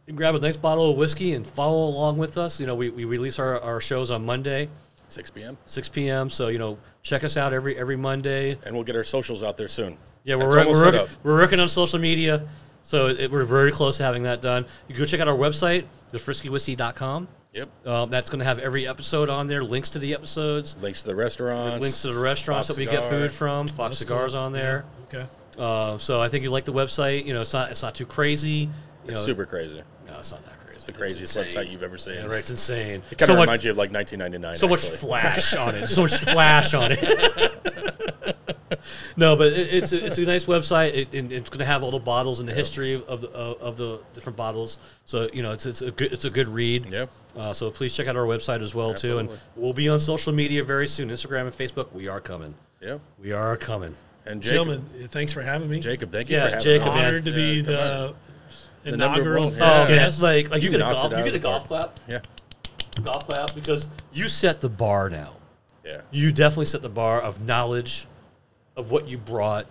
you grab a nice bottle of whiskey and follow along with us. You know, we, we release our, our shows on Monday,
6 p.m.
6 p.m. So, you know, check us out every every Monday.
And we'll get our socials out there soon.
Yeah,
That's
we're,
almost
we're,
set
working, we're working on social media. So it, we're very close to having that done. You can go check out our website, thefriskywhiskey.com.
Yep.
Um, that's going to have every episode on there, links to the episodes,
Links to the restaurants.
links to the restaurants
Fox
that we get
Cigar.
food from, Fox Cigars on there.
Okay.
Uh, so I think you like the website. You know, it's not it's not too crazy. You
It's
know,
super crazy.
No, it's not that crazy.
It's the craziest website you've ever seen.
Yeah, right, it's insane.
Kind
So
of
much-
reminds you of like 1999.
so much
actually.
flash on it. So much flash on it. no, but it, it's a, it's a nice website. It, and it's going to have all the bottles and the history of, of the of the different bottles. So you know, it's it's a good it's a good read.
Yeah.
Uh, so please check out our website as well too,
Absolutely.
and we'll be on social media very soon. Instagram and Facebook. We are coming.
Yeah.
We are coming.
And Jacob,
Gentlemen, thanks for having me.
Jacob, thank you
Yeah,
for having
Jacob,
us.
man.
Honored to be
Yeah, come
the
number
inaugural
one,
first
yeah.
Oh, man,
guest.
that's like like you,
You
get a
knocked
golf
it out of
you get a
the
golf clap
Yeah.
golf clap because you set the bar now.
Yeah.
You definitely set the bar of knowledge of what you brought.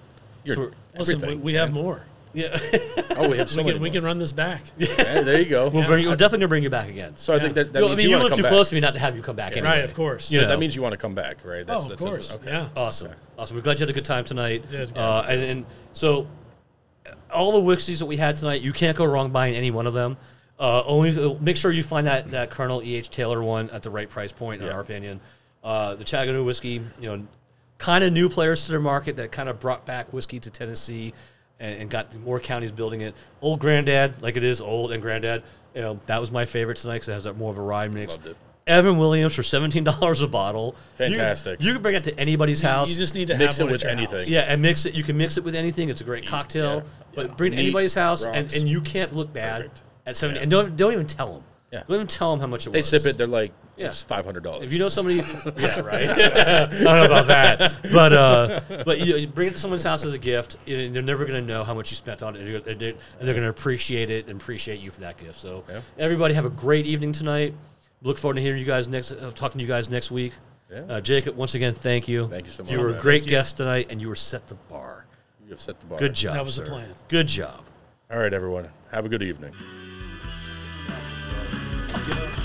You're
for-
Listen, we,
everything.
we have more.
Yeah,
Oh, we have so
we
many.
can, we
more.
can run this back.
Yeah, there you go.
we'll bring, we'll definitely bring you back again.
So I think that, that
You know, I
means
mean, you,
want
live
to come
too
back.
close to me not to have you come back. anyway.
Right, of course.
Yeah.
That means you want to come back, right?
Oh, of course.
Okay.
Yeah.
Awesome, awesome. We're glad you had a good time tonight.
Yeah, it's
uh, and, and so all the Wixies that we had tonight, you can't go wrong buying any one of them. Uh, only make sure you find that that Colonel E H Taylor one at the right price point, in our opinion. Uh, the Chattanooga whiskey, you know, kind of new players to their market that kind of brought back whiskey to Tennessee and, and got more counties building it. Old Granddad, like it is old and Granddad, you know, that was my favorite tonight because it has that more of a rye mix.
Loved it.
Evan Williams for seventeen dollars a bottle. You-
Fantastic.
You, can bring it to anybody's house.
You just need to
Mix it
have one
with
at your
anything.
house.
Yeah, and mix it. You can mix it with anything. It's a great cocktail.
yeah,
But bring it to
Neat,
anybody's house, and,
rocks.
and you can't look bad
Perfect.
at seventy. And don't don't even tell them.
Yeah.
Don't even tell them how much it
They
was.
sip it. They're like,
Yeah.
it's five hundred dollars.
If you know somebody, yeah, right. I don't know about that, but uh, but you, you bring it to someone's house as a gift, and they're never going to know how much you spent on it, and they're- and they're going to appreciate it and appreciate you for that gift. So
Yeah.
everybody have a great evening tonight. Look forward to hearing you guys next, uh, talking to you guys next week.
Yeah.
Uh, Jacob, once again, thank you.
Thank you so
You
much,
were a
man.
great guest tonight, and you were set the bar.
you have set the bar.
Good job.
That was the
sir.
plan.
Good job.
All right, everyone. Have a good evening.
Yeah.